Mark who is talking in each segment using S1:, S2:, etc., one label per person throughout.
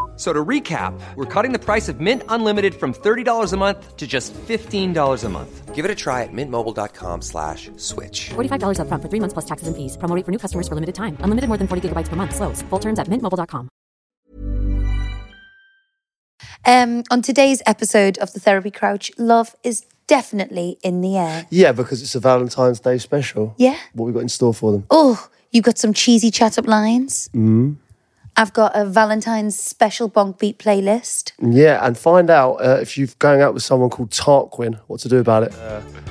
S1: So to recap, we're cutting the price of Mint Unlimited from $30 a month to just $15 a month. Give it a try at mintmobile.com slash switch.
S2: $45 up front for three months plus taxes and fees. Promo rate for new customers for limited time. Unlimited more than 40 gigabytes per month. Slows. Full terms at mintmobile.com.
S3: Um, on today's episode of the Therapy Crouch, love is definitely in the air.
S4: Yeah, because it's a Valentine's Day special.
S3: Yeah.
S4: What we got in store for them?
S3: Oh, you got some cheesy chat up lines. Mm.
S4: Mm-hmm.
S3: I've got a Valentine's special bonk beat playlist.
S4: Yeah, and find out uh, if you're going out with someone called Tarquin, what to do about it.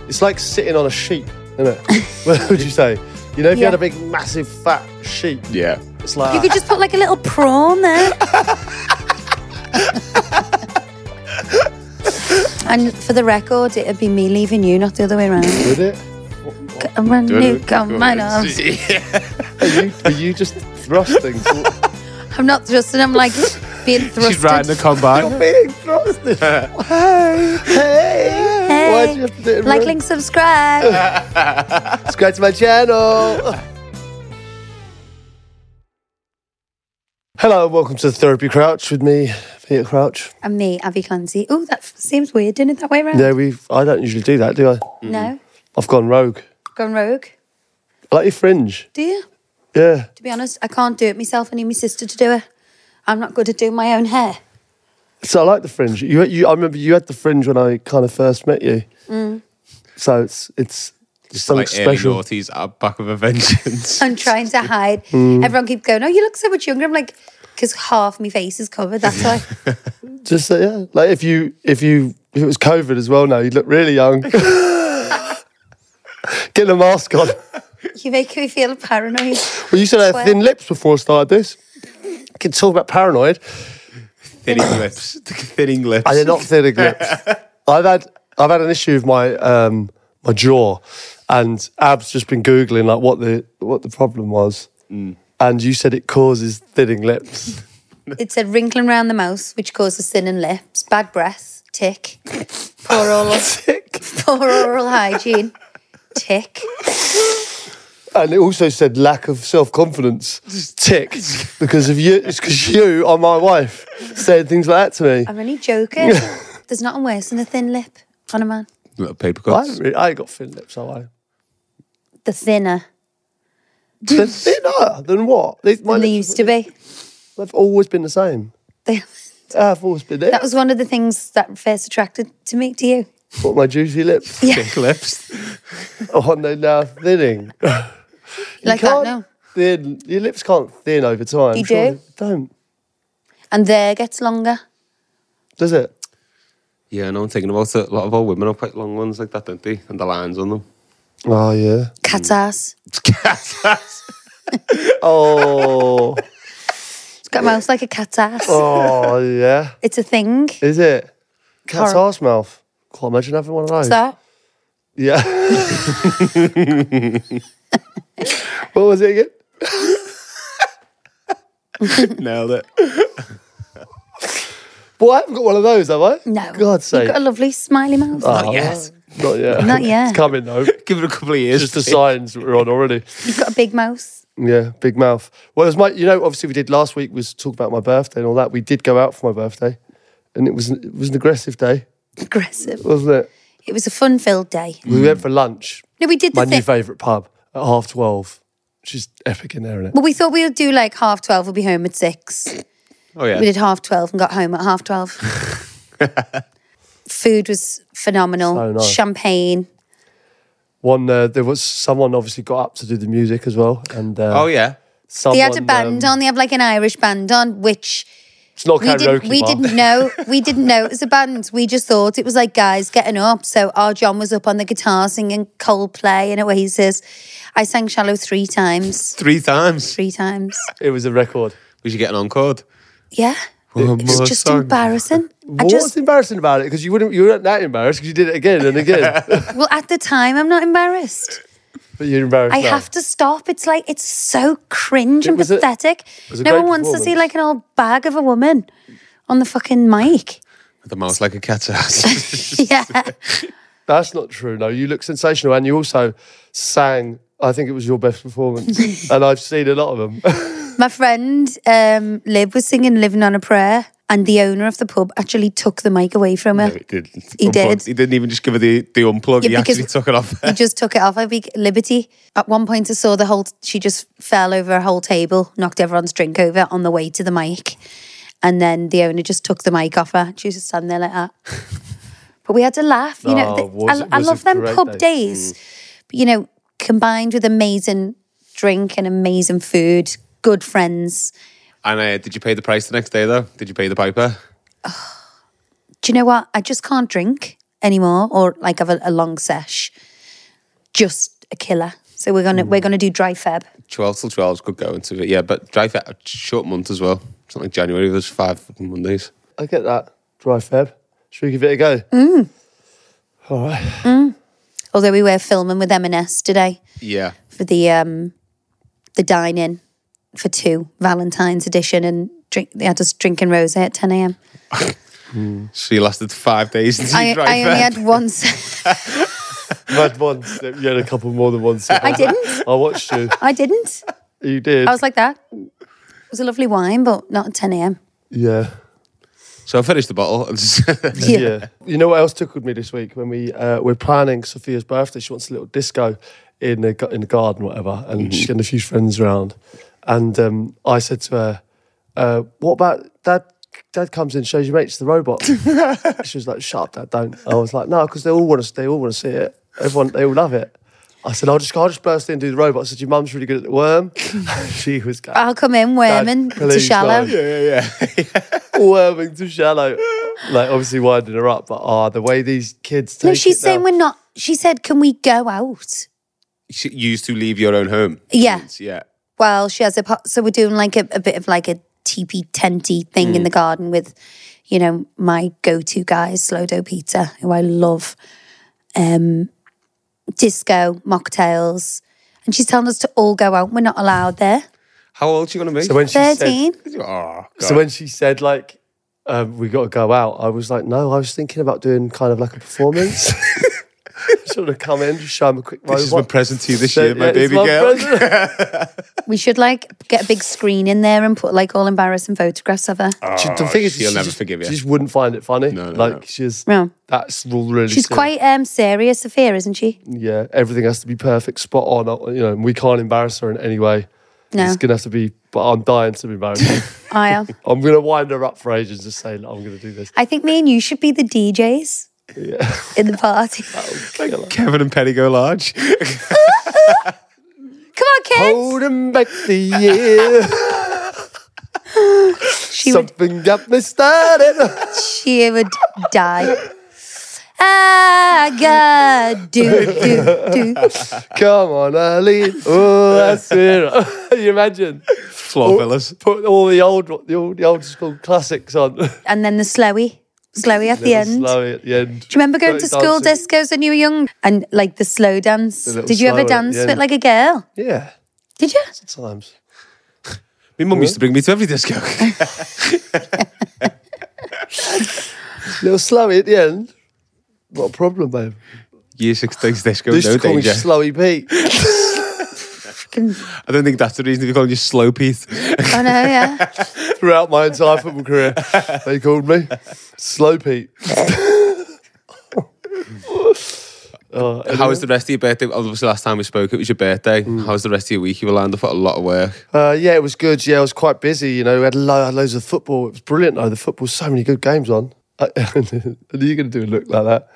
S4: it's like sitting on a sheep, isn't it? what would you say? You know, if you had
S3: Yeah.
S4: a big, massive, fat sheep,
S5: Yeah.
S4: it's like
S3: You could just put like a little prawn there. and for the record, it'd be me leaving you, not the other way around.
S4: did it.
S3: I'm a
S5: Do it.
S3: nuke on my arms.
S4: Are you, are you just thrusting? You're
S3: I'm not thrusting. I'm like being thrusted.
S5: She's riding the combine.
S4: being thrusted. hey, hey,
S3: Hey,
S4: Why do you have to do it? in
S3: like,
S4: real-
S3: link, subscribe.
S4: Subscribe to my channel. Hello and welcome to Therapy Crouch with me, Peter Crouch.
S3: and me, Abby Clancy. Oh, that f- seems weird, didn't it, that way around?
S4: Yeah, we. I don't usually do that, do I?
S3: No?
S4: I've gone rogue.
S3: Gone rogue?
S4: I like your fringe.
S3: Do you?
S4: Yeah.
S3: To be honest, I can't do it myself. I need my sister to do it. I'm not good at doing my own hair.
S4: So I like the fringe. You, you. I remember you had the fringe when I kind of first met you. So it's it's just something
S5: Like early
S4: special.
S5: noughties are back with a vengeance.
S3: I'm trying to hide. Everyone keep going, oh, you look so much younger. I'm like, because half my face is covered. That's why.
S4: Just so, yeah. Like if you if you if it was COVID as well now, you'd look really young. Getting a mask on.
S3: you make me feel paranoid.
S4: Well, you said I had
S3: Swear.
S4: thin lips before I started this. Can talk about paranoid.
S5: Thinning lips. Thinning lips.
S4: And they're not thinning lips. I've had I've had an issue with my um, my jaw, and Ab's just been googling like what the what the problem was, and you said it causes thinning lips.
S3: It said wrinkling round the mouth, which causes thin and lips, bad breath, tick, poor oral, poor oral hygiene, tick.
S4: And it also said lack of self confidence. Tick, because of you. It's because you are my wife. Saying things like that to me.
S3: I'm only joking. There's nothing worse than a thin lip on a man.
S5: Little paper
S4: I,
S5: cuts.
S4: haven't really, I ain't got thin lips, have I?
S3: The thinner
S4: They're thinner than what? They, my
S3: than they
S4: lips,
S3: used to be.
S4: they've always been the same.
S3: They-
S4: I've always been there.
S3: that was one of the things that first attracted to me to you.
S4: What, my juicy lips?
S5: Thick lips.
S4: Oh, no, now thinning.
S3: Like that now.
S4: Thin. Your lips can't thin over time.
S3: You
S4: surely.
S3: do?
S4: Don't.
S3: And there gets longer.
S4: Does it?
S5: Yeah, no, I'm thinking about it. A lot of old women are quite long ones like that, don't they? And the lines on them.
S4: Oh yeah.
S3: Cat's ass.
S4: Oh.
S3: It's got a mouth like a cat's ass.
S4: oh yeah.
S3: It's a thing.
S4: Is it? Cat's
S3: Horrible.
S4: arse mouth. Can't imagine having one of
S3: What's
S4: those.
S3: that?
S4: Yeah. what was it again?
S5: Nailed it.
S4: Oh. Well, I haven't got one of those, have I?
S3: No.
S4: God's sake. Ah.
S3: You've got a lovely smiley mouth.
S5: Not yet.
S4: Not yet.
S3: Not yet.
S4: It's coming though.
S5: Give it a couple of years.
S4: Just the signs we're on already.
S3: You've got a big mouth.
S4: Yeah, big mouth. Well, it was my, you know, obviously we did last week was talk about my birthday and all that. We did go out for my birthday, and it was it was an aggressive day,
S3: Aggressive.
S4: wasn't it?
S3: It was a fun-filled day.
S4: We went for lunch,
S3: No, we did the
S4: my
S3: thing.
S4: new favourite pub at half twelve. She's epic in there, isn't it?
S3: Well, we thought we'd do like half 12, we'll be home at six.
S5: Oh, yeah.
S3: We did half 12 and got home at half 12. Food was phenomenal.
S4: So nice.
S3: Champagne.
S4: One uh, there was someone obviously got up to do the music as well, and uh,
S5: Oh, yeah.
S4: someone,
S3: They had a band
S4: um,
S3: on, they had like an Irish band on, which
S4: It's not
S3: We,
S4: karaoke.
S3: didn't, we
S4: Mark.
S3: didn't know we didn't know it was a band. We just thought it was like guys getting up. So our John was up on the guitar singing Coldplay and Oasis. I sang Shallow three times.
S5: Three times.
S3: Three times.
S4: It was a record.
S5: We should get an encore.
S3: Yeah.
S5: One
S3: It's
S5: more
S3: just
S5: song.
S3: embarrassing. I
S4: What's
S3: just
S4: embarrassing about it? Because you wouldn't, you weren't that embarrassed because you did it again and again.
S3: well at the time I'm not embarrassed.
S4: but you're embarrassed.
S3: I
S4: now.
S3: have to stop. It's like it's so cringe
S4: It
S3: and
S4: was a-
S3: pathetic.
S4: a
S3: No
S4: great
S3: one wants to see
S4: performance.
S3: like an old bag of a woman on the fucking mic.
S5: The mouse like a cat's ass.
S3: Yeah.
S4: That's not true. No, you look sensational, and you also sang. I think it was your best performance, and I've seen a lot of them.
S3: My friend um, Liv was singing Living on a Prayer, and the owner of the pub actually took the mic away from her.
S5: he didn't.
S3: He did.
S5: Unplugged. He didn't even just give her the, the unplug.
S3: Yeah,
S5: he
S3: because-
S5: actually took it off.
S3: He just took it off. I think Liberty. At one point, I saw the whole. She just fell over a whole table, knocked everyone's drink over on the way to the mic, and then the owner just took the mic off her. She was just standing there like that. but we had to laugh. You know,
S4: Oh,
S3: the-
S4: was
S3: I,
S4: it-
S3: I
S4: was
S3: love
S4: it
S3: them
S4: great Mm.
S3: pub
S4: days?
S3: days. But, you know, combined with amazing drink and amazing food, good friends.
S5: And uh, did you pay the price the next day though? Did you pay the piper?
S3: do you know what? I just can't drink anymore or like have a, a long sesh. Just a killer. So we're gonna
S4: Mm.
S3: we're gonna do dry feb.
S5: Twelve till twelve could go into it. Yeah, but drive it a short month as well. It's not like January. There's five fucking Mondays.
S4: I get that. Dry Feb. Should we give it a go?
S3: Mm.
S4: All right.
S3: Although we were filming with M&S today
S5: Yeah.
S3: for the um the dine in for two Valentine's edition and drink they had us drinking rose at ten AM.
S5: So you lasted five days. Until
S3: I,
S5: you drive
S3: I only
S5: it.
S3: had one se-
S4: You had one. sip. You had a couple more than one. sip.
S3: I didn't.
S4: I watched you.
S3: I didn't.
S4: You did.
S3: I was like that. It was a lovely wine, but not at ten AM.
S4: yeah.
S5: So I finished the bottle. And just
S3: Yeah.
S4: Yeah. You know what else tickled me this week when we uh, we're planning Sophia's birthday? She wants a little disco in the in the garden, whatever, and she's getting a few friends around. And um, I said to her, uh, "What about dad? Dad comes in, shows your mates the robot." she was like, "Shut up, dad! Don't." I was like, "No, because they all want to. They all want to see it. Everyone, they all love it." I said, "I'll just, I'll just burst in and do the robot." I said, "Your mum's really good at the worm." she was going,
S3: I'll come in worming to
S4: please,
S3: shallow.
S4: no. worming too shallow. Like obviously winding her up, but ah, the way these kids take
S3: No, she's
S4: it
S3: saying
S4: now.
S3: we're not she said, Can we go out?
S5: you used to leave your own home.
S3: Yeah.
S5: Yeah.
S3: Well, she has a pot, so we're doing like a, a bit of like a teepee tenty thing
S4: Mm.
S3: in the garden with, you know, my go-to guys, Slow Dough Pizza, who I love, um, disco mocktails, and she's telling us to all go out. We're not allowed there.
S5: How old are you gonna be?
S4: So when she
S3: Thirteen.
S4: said,
S5: oh, God.
S4: so when she said like, um, we got to go out, I was like, no, I was thinking about doing kind of like a performance. sort of come in, just show him a quick
S5: this is my
S4: robot.
S5: present to you this
S4: So,
S5: year, my
S4: yeah, it's
S5: baby girl.
S4: present.
S3: we should like get a big screen in there and put like all embarrassing photographs of her.
S4: She- the thing is,
S5: she'll
S4: she
S5: never
S4: just,
S5: forgive you.
S4: She just wouldn't find it funny.
S5: No, no,
S4: like
S5: no.
S4: she's
S3: No.
S4: that's all really.
S3: she's
S4: silly.
S3: quite um serious, Sophia, isn't she?
S4: yeah. Everything has to be perfect, spot on. uh, You know, and we can't embarrass her in any way.
S3: No,
S4: It's gonna have to be. But I'm dying to be embarrassed.
S3: I am.
S4: I'm gonna wind her up for ages and just say, "Look, I'm gonna do this.
S3: I think me and you should be the DJs in the party.
S4: Oh.
S5: Kevin and Penny go large.
S3: Come on, kids.
S4: Holding back the year.
S3: she would
S4: Something got me started.
S3: she would die. I got Ah, do do do.
S4: Come on, Ali. Oh, that's it. Can you imagine?
S5: Floor villas.
S4: Put all the old, the old, the old school classics on.
S3: And then the slowy, slowy at the end.
S4: Slow at the end.
S3: Do you remember going to school
S4: Dancing.
S3: discos when you were young and like the slow dance?
S4: The little
S3: Did you
S4: slow
S3: ever
S4: at
S3: dance
S4: the
S3: to it
S4: end.
S3: like a girl?
S4: Yeah,
S3: Did you?
S4: sometimes.
S5: My mum used to bring me to every disco.
S4: Little slowy at the end. Not a problem, babe.
S5: Year six days disco,
S4: They used
S5: no
S4: to call
S5: danger.
S4: me Slowy Pete.
S5: I don't think that's the reason they call you Slow Pete.
S3: Oh no, yeah.
S4: Throughout my entire football career, they called me Slow Pete. Uh,
S5: How was the rest of your birthday? Obviously, last time we spoke, it was your birthday. How was the rest of your week? You were lined up for a lot of work.
S4: Uh, yeah, it was good. Yeah, I was quite busy. You know, we had, lo- had loads of football. It was brilliant, though. The football, so many good games on. Are you going to do a look like that?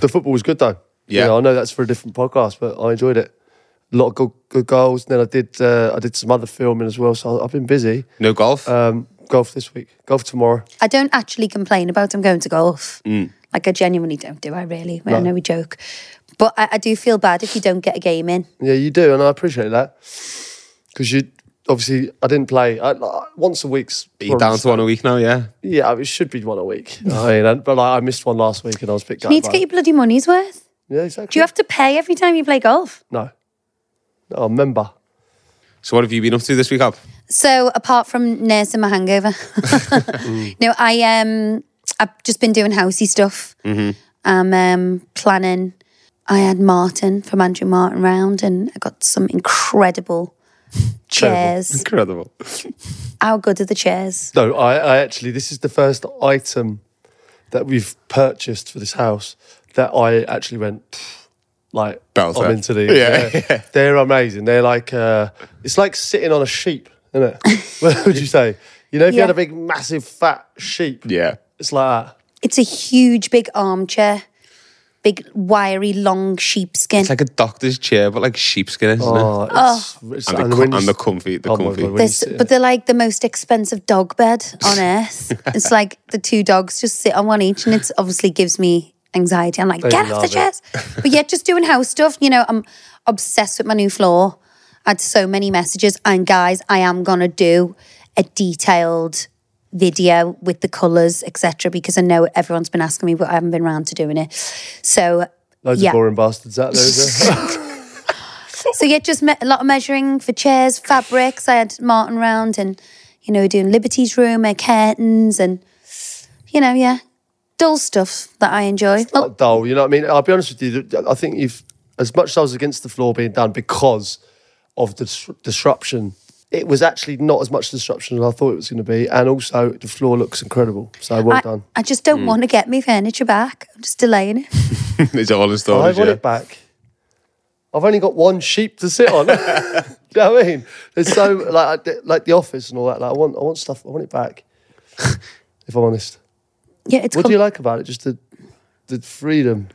S4: The football was good, though. You
S5: Yeah.
S4: know, I know that's for a different podcast, but I enjoyed it. A lot of good, good goals. And then I did uh, I did some other filming as well. So I've been busy.
S5: No golf.
S4: Um, golf this week, golf tomorrow.
S3: I don't actually complain about him going to golf.
S4: Mm.
S3: Like I genuinely don't, do I really? I know we joke. But I, I do feel bad if you don't get a game in.
S4: Yeah, you do, and I appreciate that because you obviously I didn't play. I, I- once a week's
S5: You're down to one a week now, yeah.
S4: Yeah, it should be one a week. I mean, and- but like, I missed one last week and I was picked
S3: You
S4: up.
S3: need to get your bloody money's worth.
S4: yeah, exactly.
S3: Do you have to pay every time you play golf?
S4: no? No, I'm a member.
S5: So what have you been up to this week, Ab?
S3: So apart from nursing my hangover,
S5: Mm.
S3: no, I um, I've just been doing housey stuff.
S5: Mm-hmm.
S3: I'm um, planning. I had Martin from Andrew Martin round, and I got some incredible chairs.
S5: Incredible.
S3: How good are the chairs?
S4: No, I, I actually this is the first item that we've purchased for this house that I actually went "Pfft," like
S5: Belter.
S4: I'm into these.
S5: Yeah,
S4: they're amazing. They're like uh, it's like sitting on a sheep, isn't it? what would you say? You know, if you had
S3: Yeah.
S4: a big, massive, fat sheep,
S5: Yeah.
S4: it's like that.
S3: It's a huge, big armchair, big, wiry, long sheepskin.
S5: It's like a doctor's chair, but like sheepskin, isn't it?
S4: Oh, it's, it's
S5: And the
S4: when
S5: com-
S4: you
S5: and the
S4: s-
S5: comfy- the
S4: oh my
S5: comfy.
S4: God, when you
S3: They're s-
S4: sit in
S3: but
S4: it.
S3: they're like the most expensive dog bed on earth. it's like the two dogs just sit on one each, and it obviously gives me anxiety. I'm like, get off
S4: love
S3: the
S4: it.
S3: chairs. but yeah, just doing house stuff. You know, I'm obsessed with my new floor. I had so many messages, and guys, I am gonna do a detailed video with the colors, etc., because I know everyone's been asking me, but I haven't been round to doing it. So.
S4: loads
S3: yeah.
S4: of boring bastards out there. Isn't there?
S3: So yeah, just me- a lot of measuring for chairs, fabrics. I had Martin round, and you know, doing Liberty's room, her curtains, and you know, yeah, dull stuff that I enjoy. Well,
S4: not dull. You know what I mean? I'll be honest with you. th- I think you've, as much as I was against the floor being done because of the dis- disruption, it was actually not as much disruption as I thought it was going to be. And also, the floor looks incredible. So well
S3: I,
S4: done.
S3: I just don't want to get my furniture back. I'm just delaying it.
S5: it's all in
S4: I
S5: storage,
S4: want
S5: yeah.
S4: it back. I've only got one sheep to sit on. Do you know what I mean? It's so like I d- like the office and all that. Like I want, I want stuff. I want it back. if I'm honest,
S3: Yeah, it's.
S4: what
S3: com-
S4: do you like about it? Just the the freedom.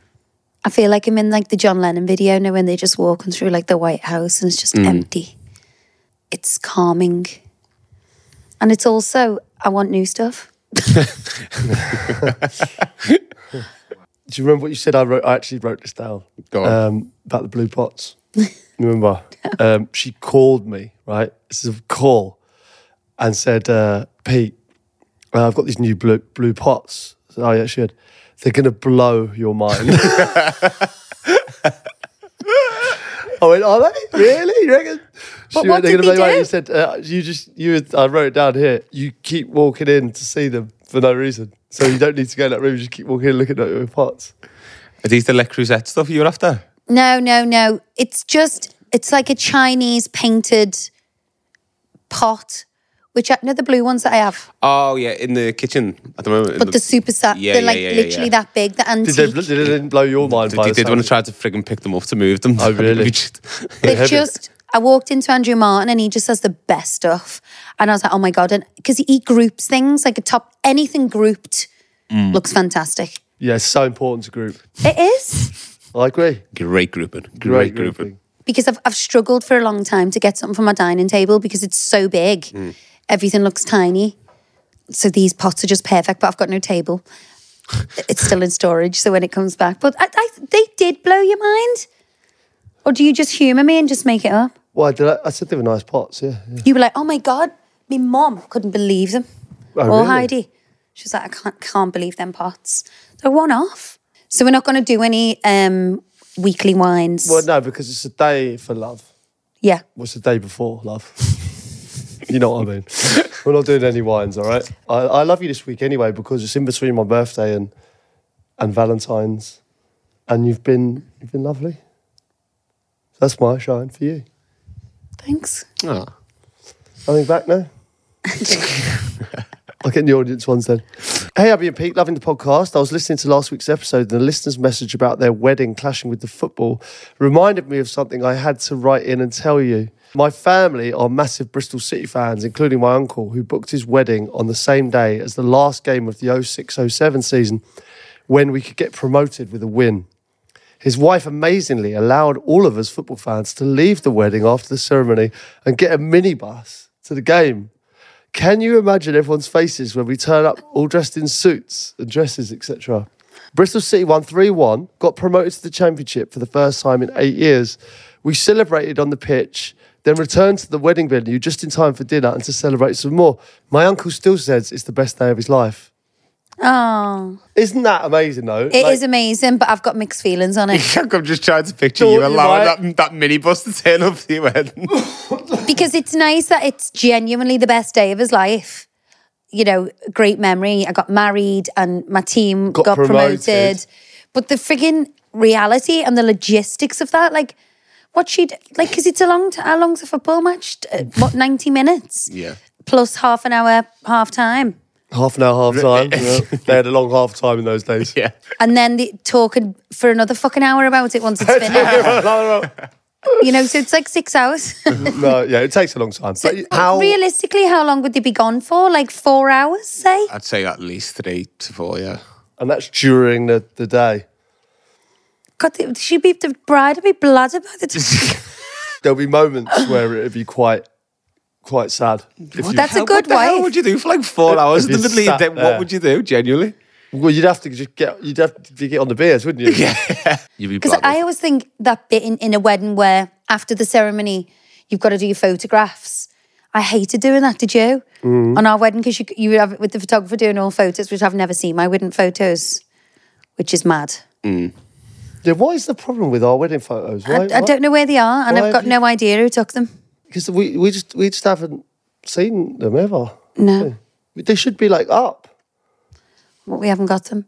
S3: I feel like I'm in like the John Lennon video now when they're just walking through like the White House and it's just empty. It's calming, and it's also I want new stuff.
S4: Do you remember what you said? I wrote. I actually wrote this down.
S5: Go on.
S4: um, about the blue pots. Remember, um, she called me right. This is a call, and said, uh, "Pete, uh, I've got these new blue blue pots." I said, oh yeah, she had. They're gonna blow your mind. I went, are they really? You reckon?
S3: But
S4: she
S3: what
S4: went, "They're
S3: did
S4: gonna
S3: they
S4: blow your mind."
S3: do?
S4: You said, uh, "You just you." I wrote it down here. You keep walking in to see them for no reason, so you don't need to go in that room. You just keep walking in, looking at your pots.
S5: Are these the Le Creuset stuff you were after?
S3: No, no, no. It's just it's like a Chinese painted pot, which I no the blue ones that I have,
S5: Oh, yeah, in the kitchen at the moment. in
S3: but the super sat.
S5: Yeah,
S3: they're
S5: yeah,
S3: like
S5: yeah, yeah,
S3: literally
S5: yeah.
S3: that big. The antique.
S4: Did they, did they didn't blow your mind?
S5: Did,
S4: by
S5: you
S4: the
S5: did
S4: sound
S5: when I
S4: of it?
S5: tried to frigging pick them up to move them.
S4: Oh, really?
S5: We just-
S3: They've just. I walked into Andrew Martin and he just has the best stuff, and I was like, oh my god, and because he groups things like a top anything grouped
S5: Mm.
S3: looks fantastic.
S4: Yeah, it's so important to group.
S3: It is
S4: I agree.
S5: great grouping. Great,
S4: Great
S5: grouping.
S4: grouping.
S3: because I've I've struggled for a long time to get something for my dining table because it's so big,
S4: Mm.
S3: everything looks tiny. so these pots are just perfect, but I've got no table. It's still in storage, so when it comes back, but I, I, they did blow your mind. Or do you just humour me and just make it up?
S4: Why did I? I said they were nice pots. Yeah. yeah.
S3: You were like, "Oh my god, my mom couldn't believe them."
S4: Oh,
S3: or
S4: really?
S3: Heidi, she was like, "I can't, can't believe them pots. They're one off." So we're not going to do any um, weekly wines.
S4: Well, no, because it's a day for love.
S3: Yeah,
S4: What's the day before love? you know what I mean. we're not doing any wines, all right. I, I love you this week anyway because it's in between my birthday and and Valentine's, and you've been you've been lovely. That's my shine for you.
S3: thanks.
S5: Oh.
S4: Nothing back now. I'll get in the audience ones then. Hey, Abby and Pete, loving the podcast. I was listening to last week's episode, and the listener's message about their wedding clashing with the football reminded me of something I had to write in and tell you. My family are massive Bristol City fans, including my uncle, who booked his wedding on the same day as the last game of the 06 07 season when we could get promoted with a win. His wife amazingly allowed all of us football fans to leave the wedding after the ceremony and get a minibus to the game. Can you imagine everyone's faces when we turn up all dressed in suits and dresses, etc.? Bristol City won 3 1, got promoted to the Championship for the first time in eight years. We celebrated on the pitch, then returned to the wedding venue just in time for dinner and to celebrate some more. My uncle still says it's the best day of his life.
S3: Oh,
S4: Isn't that amazing, though?
S3: it is amazing, but I've got mixed feelings on it
S5: I'm just trying to picture
S4: Don't
S5: you
S4: you
S5: allowing
S4: like-
S5: that, that minibus to turn up to your wedding.
S3: because it's nice that it's genuinely the best day of his life. You know, great memory. I got married and my team got,
S4: Got
S3: promoted.
S4: promoted.
S3: But the frigging reality and the logistics of that, like, what she'd like, because it's a long, t- how long's a football match? Uh, What, 90 minutes?
S5: yeah.
S3: Plus half an hour, half time.
S4: Half an hour, half time. Yeah. They had a long half time in those days.
S5: Yeah.
S3: and then the, talking for another fucking hour about it once it's finished. you know, so it's like six hours.
S4: no, yeah, it takes a long time.
S3: So
S4: But how
S3: realistically, how long would they be gone for? Like four hours, say?
S5: I'd say at least three to four, yeah.
S4: and that's during the, the day.
S3: God, the- she'd be the bride would be blood about the time.
S4: There'll be moments where it'd be quite quite sad. If you,
S3: That's a good
S5: what the hell
S3: wife.
S5: would you do for like four hours in
S4: If you
S5: the middle of your
S4: sat
S5: day?
S4: there.
S5: What would you do, genuinely?
S4: well, you'd have to just get you'd have to get on the beers, wouldn't you? Yeah.
S5: You'd be
S3: Because
S5: blooded.
S3: I always think that bit in, in a wedding where after the ceremony you've got to do your photographs. I hated doing that. Did you
S4: Mm.
S3: on our wedding? Because you you would have it with the photographer doing all photos, which I've never seen my wedding photos, which is mad.
S4: yeah. What is the problem with our wedding photos?
S3: I, I don't know where they are, and
S4: why
S3: I've
S4: have
S3: got
S4: you-
S3: no idea who took them.
S4: because we we just we just haven't seen them ever.
S3: No,
S4: They should be like up.
S3: but we haven't got them.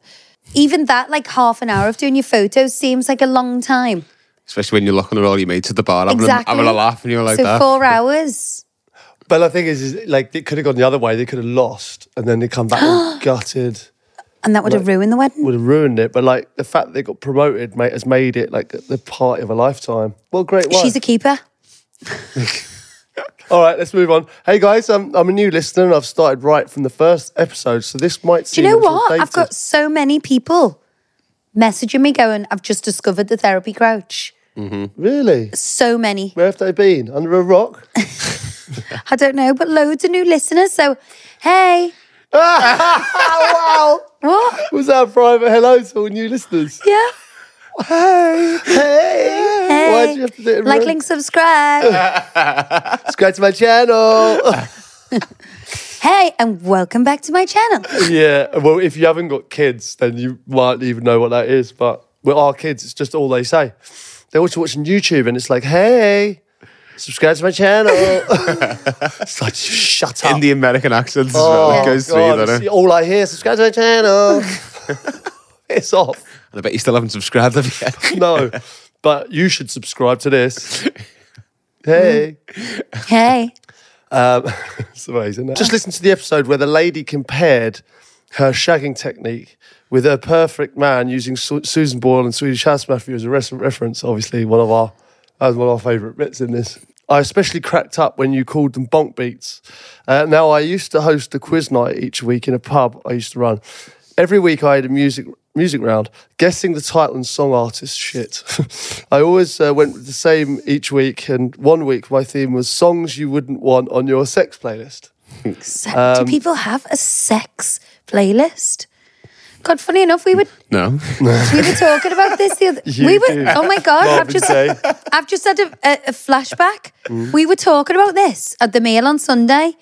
S3: Even that, like half an hour of doing your photos, seems like a long time.
S5: Especially when you're looking at all your mates at the bar, having,
S3: exactly.
S5: a, having a laugh, and you're like
S3: so
S5: that.
S3: four hours.
S4: But the thing is, is like it could have gone the other way. They could have lost, and then they come back all gutted.
S3: And that would have ruined the wedding.
S4: Would have ruined it. But like the fact they got promoted, mate, has made it like the party of a lifetime. Well, great wife.
S3: She's a keeper.
S4: All right, let's move on. Hey guys, um, I'm, I'm a new listener and I've started right from the first episode, so this
S3: Do
S4: might seem.
S3: you know
S4: a little
S3: what? I've
S4: dated.
S3: got so many people messaging me going, I've just discovered the therapy crouch.
S4: really.
S3: So many.
S4: Where have they been? Under a rock?
S3: I don't know, but loads of new listeners. So, hey,
S4: wow!
S3: what?
S4: Was that a private hello to all new listeners?
S3: Yeah.
S4: Hey, hey!
S3: Hey.
S4: Why do you have to do it? in
S3: like,
S4: real-
S3: link, subscribe.
S4: Subscribe to my channel.
S3: hey, and welcome back to my channel.
S4: yeah. Well, if you haven't got kids, then you might even know what that is. But with our kids, it's just all they say. They're always watching YouTube, and it's like, hey. Subscribe to my channel. it's like, shut up.
S5: in the American accents as well.
S4: Oh,
S5: it goes
S4: God,
S5: through, doesn't
S4: see,
S5: it?
S4: all I hear, subscribe to my channel. it's off.
S5: And I bet you still haven't subscribed have you?
S4: No, but you should subscribe to this. Hey.
S3: Hey.
S4: Um, It's amazing. Just listen to the episode where the lady compared her shagging technique with her perfect man using Su- Susan Boyle and Swedish House Mafia as a res- reference. Obviously, one of our that was one of our favourite bits in this. I especially cracked up when you called them bonk beats. Uh, now, I used to host a quiz night each week in a pub I used to run. Every week, I had a music music round, guessing the title and song artist. Shit, I always uh, went with the same each week, and one week my theme was songs you wouldn't want on your sex playlist.
S3: Se-
S5: Um,
S3: do people have a sex playlist? God, funny enough, we would
S5: No.
S3: we were talking about this the other. we were.
S4: do.
S3: Oh my god! I've
S4: Marvin
S3: just
S4: Gaye.
S3: I've just had a, a, a flashback. We were talking about this at the meal on Sunday,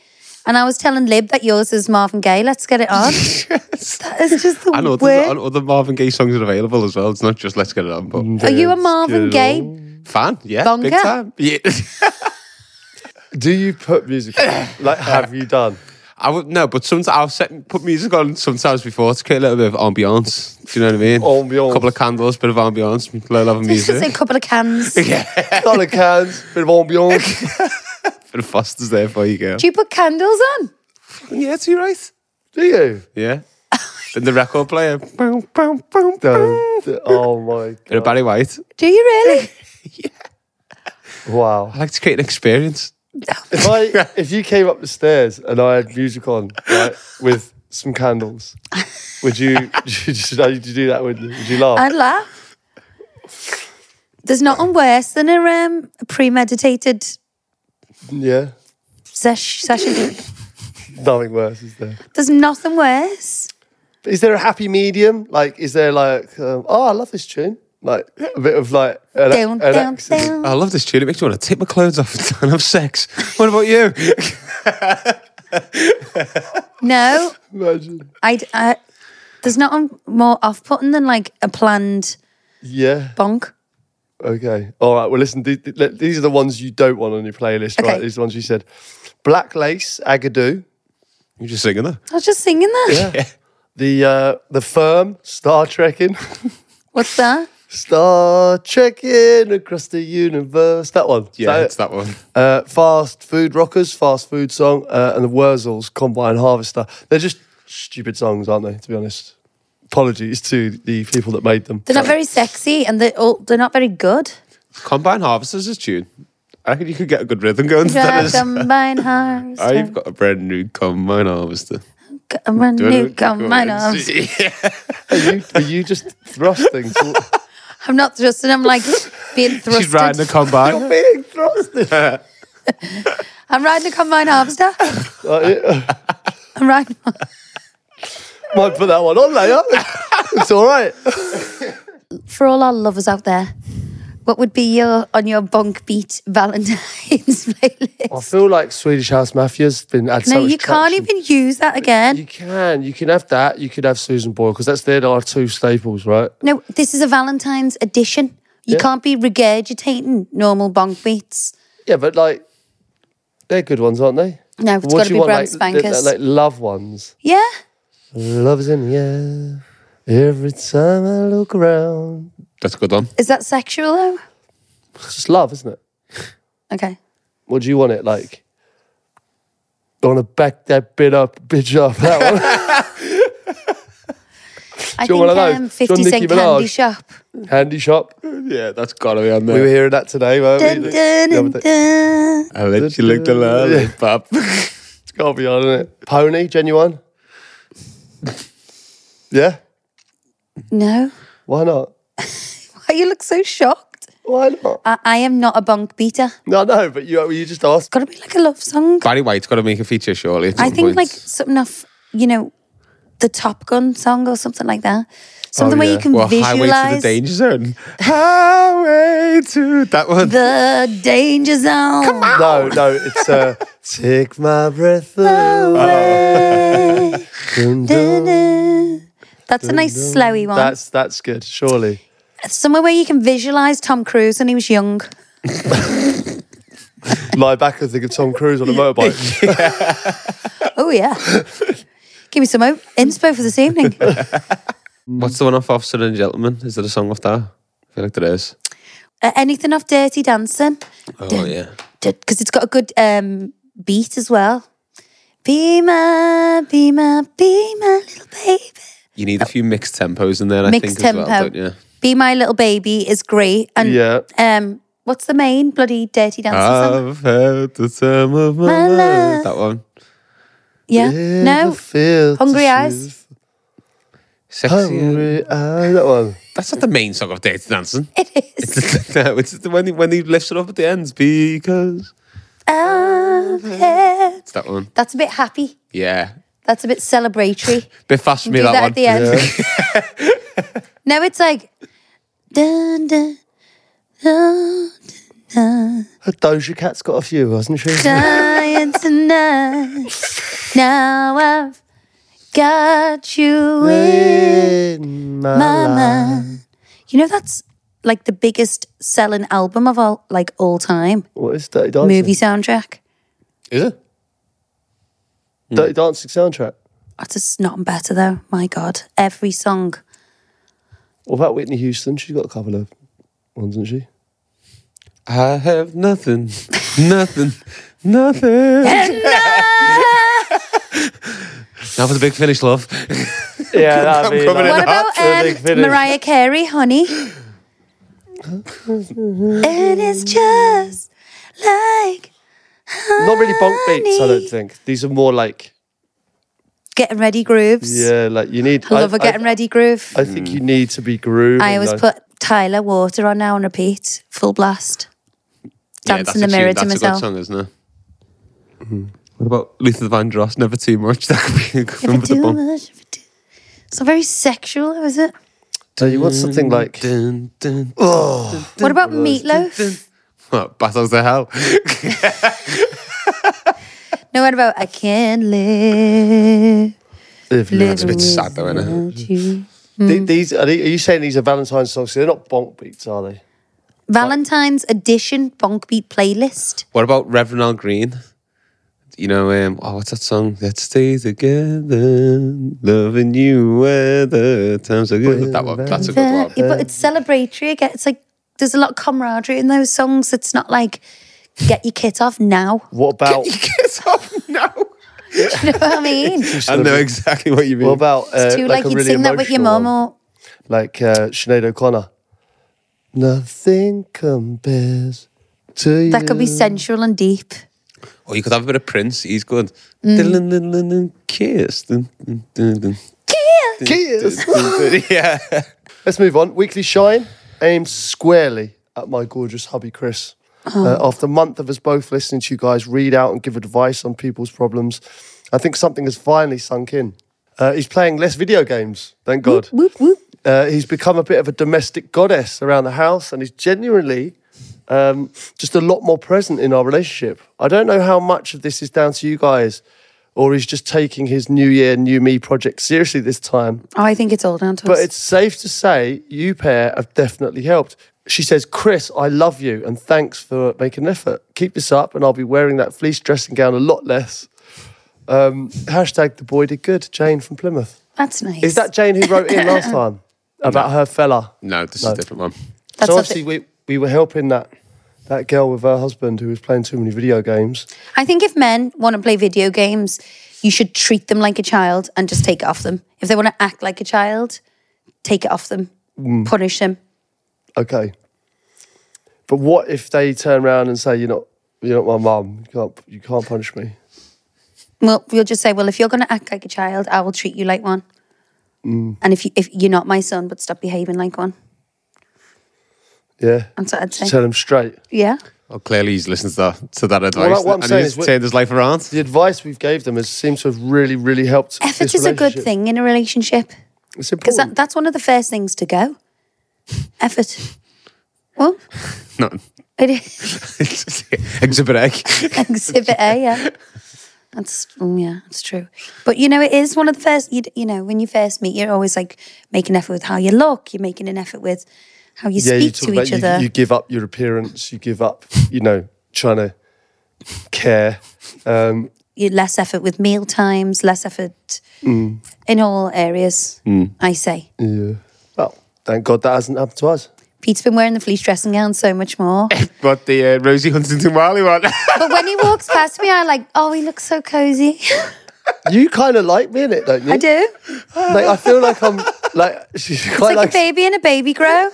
S3: and I was telling Lib that yours is Marvin Gaye. Let's get it on. That is just the
S5: And others,
S3: worst.
S5: and other Marvin Gaye songs are available as well. It's not just Let's Get It On, but
S3: Are you a
S4: get
S3: Marvin
S4: it
S3: Gaye?
S5: fan, yeah, big
S3: Bonker.
S5: time. Yeah.
S4: Do you put music on? Like, have you done?
S5: I would no, but sometimes I'll set put music on sometimes before to create a little bit of ambiance. Do you know what I mean?
S4: Ambiance.
S5: couple of candles, bit of ambiance, low level
S3: Just
S5: music.
S3: a couple of cans. Do
S4: Dollar cans, bit of ambiance.
S5: bit of Foster's there for you, girl.
S3: you put candles on?
S5: Yeah, it's you right.
S4: Do you?
S5: Yeah. And the record player. Boom, boom, boom, boom.
S4: Don't. Oh my
S5: Bit of Barry White.
S3: Do you really?
S4: wow!
S5: I like to create an experience.
S4: If I if you came up the stairs and I had music on right, with some candles, would you? Would you, just- would you do that? Would you? Would you laugh?
S3: I'd laugh. There's nothing worse than a um, premeditated
S4: yeah.
S3: sesh- session.
S4: nothing worse, is there?
S3: There's nothing worse.
S4: Is there a happy medium? Like, is there like, um, oh, I love this tune? Like a bit of like an,
S3: Down,
S4: an
S3: down,
S4: accent.
S3: down.
S5: I love this tune. It makes me want to take my clothes off and have sex. What about you?
S3: No,
S4: Imagine.
S3: I, I. uh, There's nothing more off-putting than like a planned
S4: Yeah.
S3: bonk.
S4: Okay. All right. Well, listen, th- th- le- these are the ones you don't want on your playlist, right?
S3: Okay.
S4: These are the ones you said. Black Lace, Agadoo.
S5: You're just singing that.
S3: I was just singing that.
S4: The uh, the firm, Star Trekking.
S3: What's that?
S4: Star Trekking across the universe. That one. Is
S5: Yeah,
S4: that
S5: it's
S4: it?
S5: that one.
S4: Uh, fast Food Rockers, Fast Food Song, uh, and the Wurzels, Combine Harvester. They're just stupid songs, aren't they, to be honest? Apologies to the people that made them.
S3: They're not very sexy and they're all, they're not very good.
S5: Combine Harvesters is a tune. I reckon you could get a good rhythm going to that.
S3: Drive
S5: Is,
S3: them by arms.
S5: I've got a brand new Combine Harvester.
S3: I'm a
S5: Do
S3: new
S5: anyone-
S3: combine arms.
S5: Yeah.
S4: Are you, are you just thrusting? to-
S3: I'm not thrusting. I'm like being thrusted.
S5: She's riding a combine.
S4: You're being thrusted.
S3: I'm riding a combine harvester.
S4: Like, uh,
S3: I'm riding.
S4: Might put that one on later. it's all right.
S3: For all our lovers out there, what would be your on your bunk beat Valentine's
S5: Oh,
S3: playlist?
S4: I feel like Swedish House Mafia's been had so
S3: No,
S4: much
S3: you can't
S4: traction.
S3: even use that again.
S4: You can. You can have that. You could have Susan Boyle because that's their our two staples, right?
S3: No, this is a Valentine's edition. You can't be regurgitating normal bonk beats.
S4: Yeah, but like they're good ones, aren't they?
S3: No, it's
S4: What
S3: gotta
S4: do you
S3: be
S4: want,
S3: brand
S4: like, th- th-
S3: spankers.
S4: Like love ones.
S3: Yeah,
S4: Love's in the air. Every time I look around,
S5: That's a good one.
S3: is that sexual though?
S4: it's just love, isn't it?
S3: Okay.
S4: What do you want it like? I want to back that bit up, bitch up. That one.
S3: I
S4: Do you
S3: think
S4: want one of
S3: um,
S4: those? Do you
S3: 50
S4: want
S3: Cent
S4: Nicki
S3: Candy
S4: Minaj?
S3: Shop.
S4: Handy shop.
S5: Yeah, that's got to be on there.
S4: We were hearing that today, weren't
S3: Dun,
S4: we?
S3: dun,
S4: The other
S3: dun,
S4: day.
S3: dun.
S5: I let you lick the lollipop.
S4: It's gotta be on, isn't it? Pony, genuine. yeah?
S3: No.
S4: Why not?
S3: Why you look so shocked?
S4: Why not?
S3: I, I am not a bunk beater.
S4: No, no, but you you just asked.
S3: Gotta be like a love song.
S5: Barry White's got to make a feature surely. at
S3: I
S5: some
S3: think
S5: point.
S3: like something off, you know, the Top Gun song or something like that. Something where you
S4: Oh, yeah.
S3: can
S5: well, highway to the
S3: visualize
S5: danger zone. highway to that one.
S3: the danger zone. Come on.
S4: No, no, it's uh, Take My Breath
S3: Oh.
S4: Away. Dun, dun.
S3: That's a nice slowy one.
S4: That's that's good, surely.
S3: Somewhere where you can visualize Tom Cruise when he was young.
S4: Lie back and think of Tom Cruise on a motorbike.
S3: Oh yeah. Give me some o- inspo for this evening.
S5: What's the one off Officer and Gentleman? Is there a song off that? I feel like there is.
S3: Uh, anything off Dirty Dancing?
S5: Oh, yeah.
S3: because it's got a good um, beat as well. Be my, be my, be my little baby.
S5: You need a few mixed tempos in there, I
S3: Mixed
S5: think, as well,
S3: tempo.
S5: don't you?
S3: Be my little baby is great. And
S4: Yeah.
S3: um, what's the main bloody dirty dancing song?
S5: I've had the time of my,
S3: My
S5: life.
S3: life.
S5: That one.
S3: Yeah,
S4: In
S3: no,
S4: the field to
S3: Hungry Eyes.
S4: shoot.
S5: Sexy.
S4: Hungry eyes. That one.
S5: That's not the main song of Dirty Dancing.
S3: it is.
S5: no, it's the, when, he, when he lifts it up at the ends because.
S3: I've had-
S5: It's that one.
S3: That's a bit happy.
S5: Yeah.
S3: That's a bit celebratory.
S5: Bit fast for
S3: Do
S5: me,
S3: that,
S5: that, one.
S3: at the end. no, it's like dun dun dun
S4: Doja Cat's got a few, hasn't she?
S3: dying tonight. Now I've got you in
S4: In my
S3: my
S4: life.
S3: mind. You know that's like the biggest selling album of all like all time.
S4: What is Dirty Dancing?
S3: Movie soundtrack.
S5: Is it?
S4: Dirty Dancing soundtrack.
S3: That's just not better though. My God, every song.
S4: What about Whitney Houston? She's got a couple of ones, hasn't she?
S5: I have nothing, nothing, nothing. Now for the big finish, love.
S4: Yeah, that'd be
S5: coming
S3: What
S5: like-
S3: about
S4: a big
S3: um,
S4: finish.
S3: Mariah Carey, honey? and it's just like
S4: not really bonk beats. I don't think these are more like
S3: getting ready grooves.
S4: yeah, like you need.
S3: I love a getting ready groove.
S4: I think you need to be grooving.
S3: I always
S4: though.
S3: put Tyler Water on now and repeat, full blast. Dance in the mirror to
S5: that's a
S3: myself.
S5: good song, isn't it? Hmm. What about Luther Vandross? Never too much. That could be a good
S3: If I
S5: one for the
S3: do
S5: bump.
S3: much, if I do- It's not very sexual, is it?
S4: Tell you what, something like
S5: Dun, dun,
S3: What about
S5: dun.
S3: meatloaf?
S5: What, Battles of Hell?
S3: No, what about I can't live? live
S4: Live, Laugh.
S5: It's a bit sad though, isn't it?
S3: without you. Mm.
S4: Th- These are, they- are you saying these are Valentine's songs? So they're not bonk beats, are they?
S3: Valentine's edition bonk beat playlist.
S5: What about Reverend Al Green? You know, um, oh, what's that song? Let's stay together, loving you whether times are good. That one, that's a good
S3: Yeah,
S5: one.
S3: but it's celebratory. again. It's like there's a lot of camaraderie in those songs. It's not like get your kit off now.
S4: What about
S5: Get off now.
S3: You know what I mean?
S5: I know exactly what you mean.
S4: what about uh,
S3: It's too like,
S4: a
S3: you'd
S4: really
S3: sing that with your
S4: emotional
S3: mum
S4: one?
S3: or
S4: like uh, Sinead O'Connor. Nothing compares to you.
S3: that could be sensual and deep.
S5: or Oh, you could have a bit of Prince. He's good. Dun, dun, dun, dun, Kiss. Dun, dun, dun, dun.
S4: Cheers.
S5: yeah.
S4: Let's move on. Weekly Shine aimed squarely at my gorgeous hubby, Chris.
S3: Oh.
S4: Uh, after a month of us both listening to you guys read out and give advice on people's problems, I think something has finally sunk in. Uh, he's playing less video games, thank God.
S3: Whoop whoop.
S4: Uh, he's become a bit of a domestic goddess around the house and he's genuinely um, just a lot more present in our relationship. I don't know how much of this is down to you guys or he's just taking his new year, new me project seriously this time.
S3: Oh, I think it's all down to
S4: But
S3: us.
S4: it's safe to say you pair have definitely helped. She says, Chris, I love you and thanks for making an effort. Keep this up and I'll be wearing that fleece dressing gown a lot less. Um, hashtag the boy did good, Jane from Plymouth.
S3: That's nice.
S4: Is that Jane who wrote in last time about her fella?
S5: No, this is a different one.
S3: That's
S4: so
S3: not
S4: obviously we, we were helping that that girl with her husband who was playing too many video games.
S3: I think if men want to play video games, you should treat them like a child and just take it off them. If they want to act like a child, take it off them.
S4: Mm.
S3: Punish them.
S4: Okay. But what if they turn around and say, You're not you're not my mum, you can't you can't punish me.
S3: Well, we'll just say, well, if you're going to act like a child, I will treat you like one.
S4: Mm.
S3: And if you if you're not my son, but stop behaving like one,
S4: Yeah.
S3: that's what I'd say.
S4: Just tell them straight.
S3: yeah,
S5: Well, clearly he's listened to that, to that advice.
S4: what I'm
S5: and
S4: saying
S5: he's
S4: is we-
S5: turned his life around.
S4: The advice we've gave them has seems to have really, really helped.
S3: effort
S4: this
S3: is a good
S4: relationship.
S3: thing in a relationship
S4: It's
S3: because
S4: important.
S3: that, that's one of the first things to go. Effort. Well,
S5: No.
S3: it is
S5: Exhibit A.
S3: exhibit A. Yeah, that's mm, yeah, that's true. But you know, it is one of the first. You, you know, when you first meet, you're always like making effort with how you look. You're making an effort with how you
S4: yeah, you
S3: speak
S4: talk
S3: to
S4: about
S3: each
S4: you,
S3: other.
S4: you give up your appearance, you give up, you know, trying to care. Um,
S3: you- less effort with meal times, less effort in all areas. I say
S4: yeah. Well, thank God that hasn't happened to us.
S3: Pete's been wearing the fleece dressing gown so much more,
S5: But the uh, Rosie Huntington Wiley one.
S3: but when he walks past me, I like, oh, he looks so cozy.
S4: You kind of like me in it, don't you?
S3: I do.
S4: Like I feel like I'm like she's
S3: It's
S4: quite
S3: like a
S4: like,
S3: baby in a baby grow.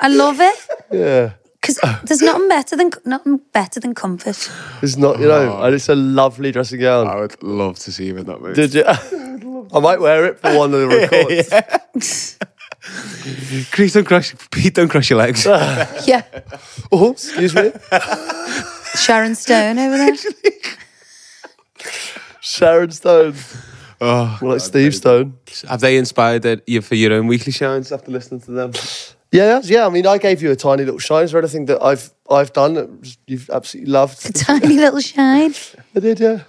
S3: I love it
S4: yeah.
S3: because there's nothing better than nothing better than comfort.
S4: It's not you know, and it's a lovely dressing gown.
S5: I would love to see him in that movie.
S4: Did you? I might wear it for one of the records.
S5: Chris, don't crush, Pete, don't crush your legs.
S3: Yeah,
S4: Oh, excuse me,
S3: Sharon Stone over there.
S4: Sharon Stone.
S5: oh,
S4: Well, like Steve Stone.
S5: have they inspired that you for your own weekly shines after listening to them?
S4: Yeah, that's- yeah. I mean, I gave you a tiny little shine. Is there anything that I've I've done that you've absolutely loved?
S3: Tiny little shine.
S4: I did, yeah.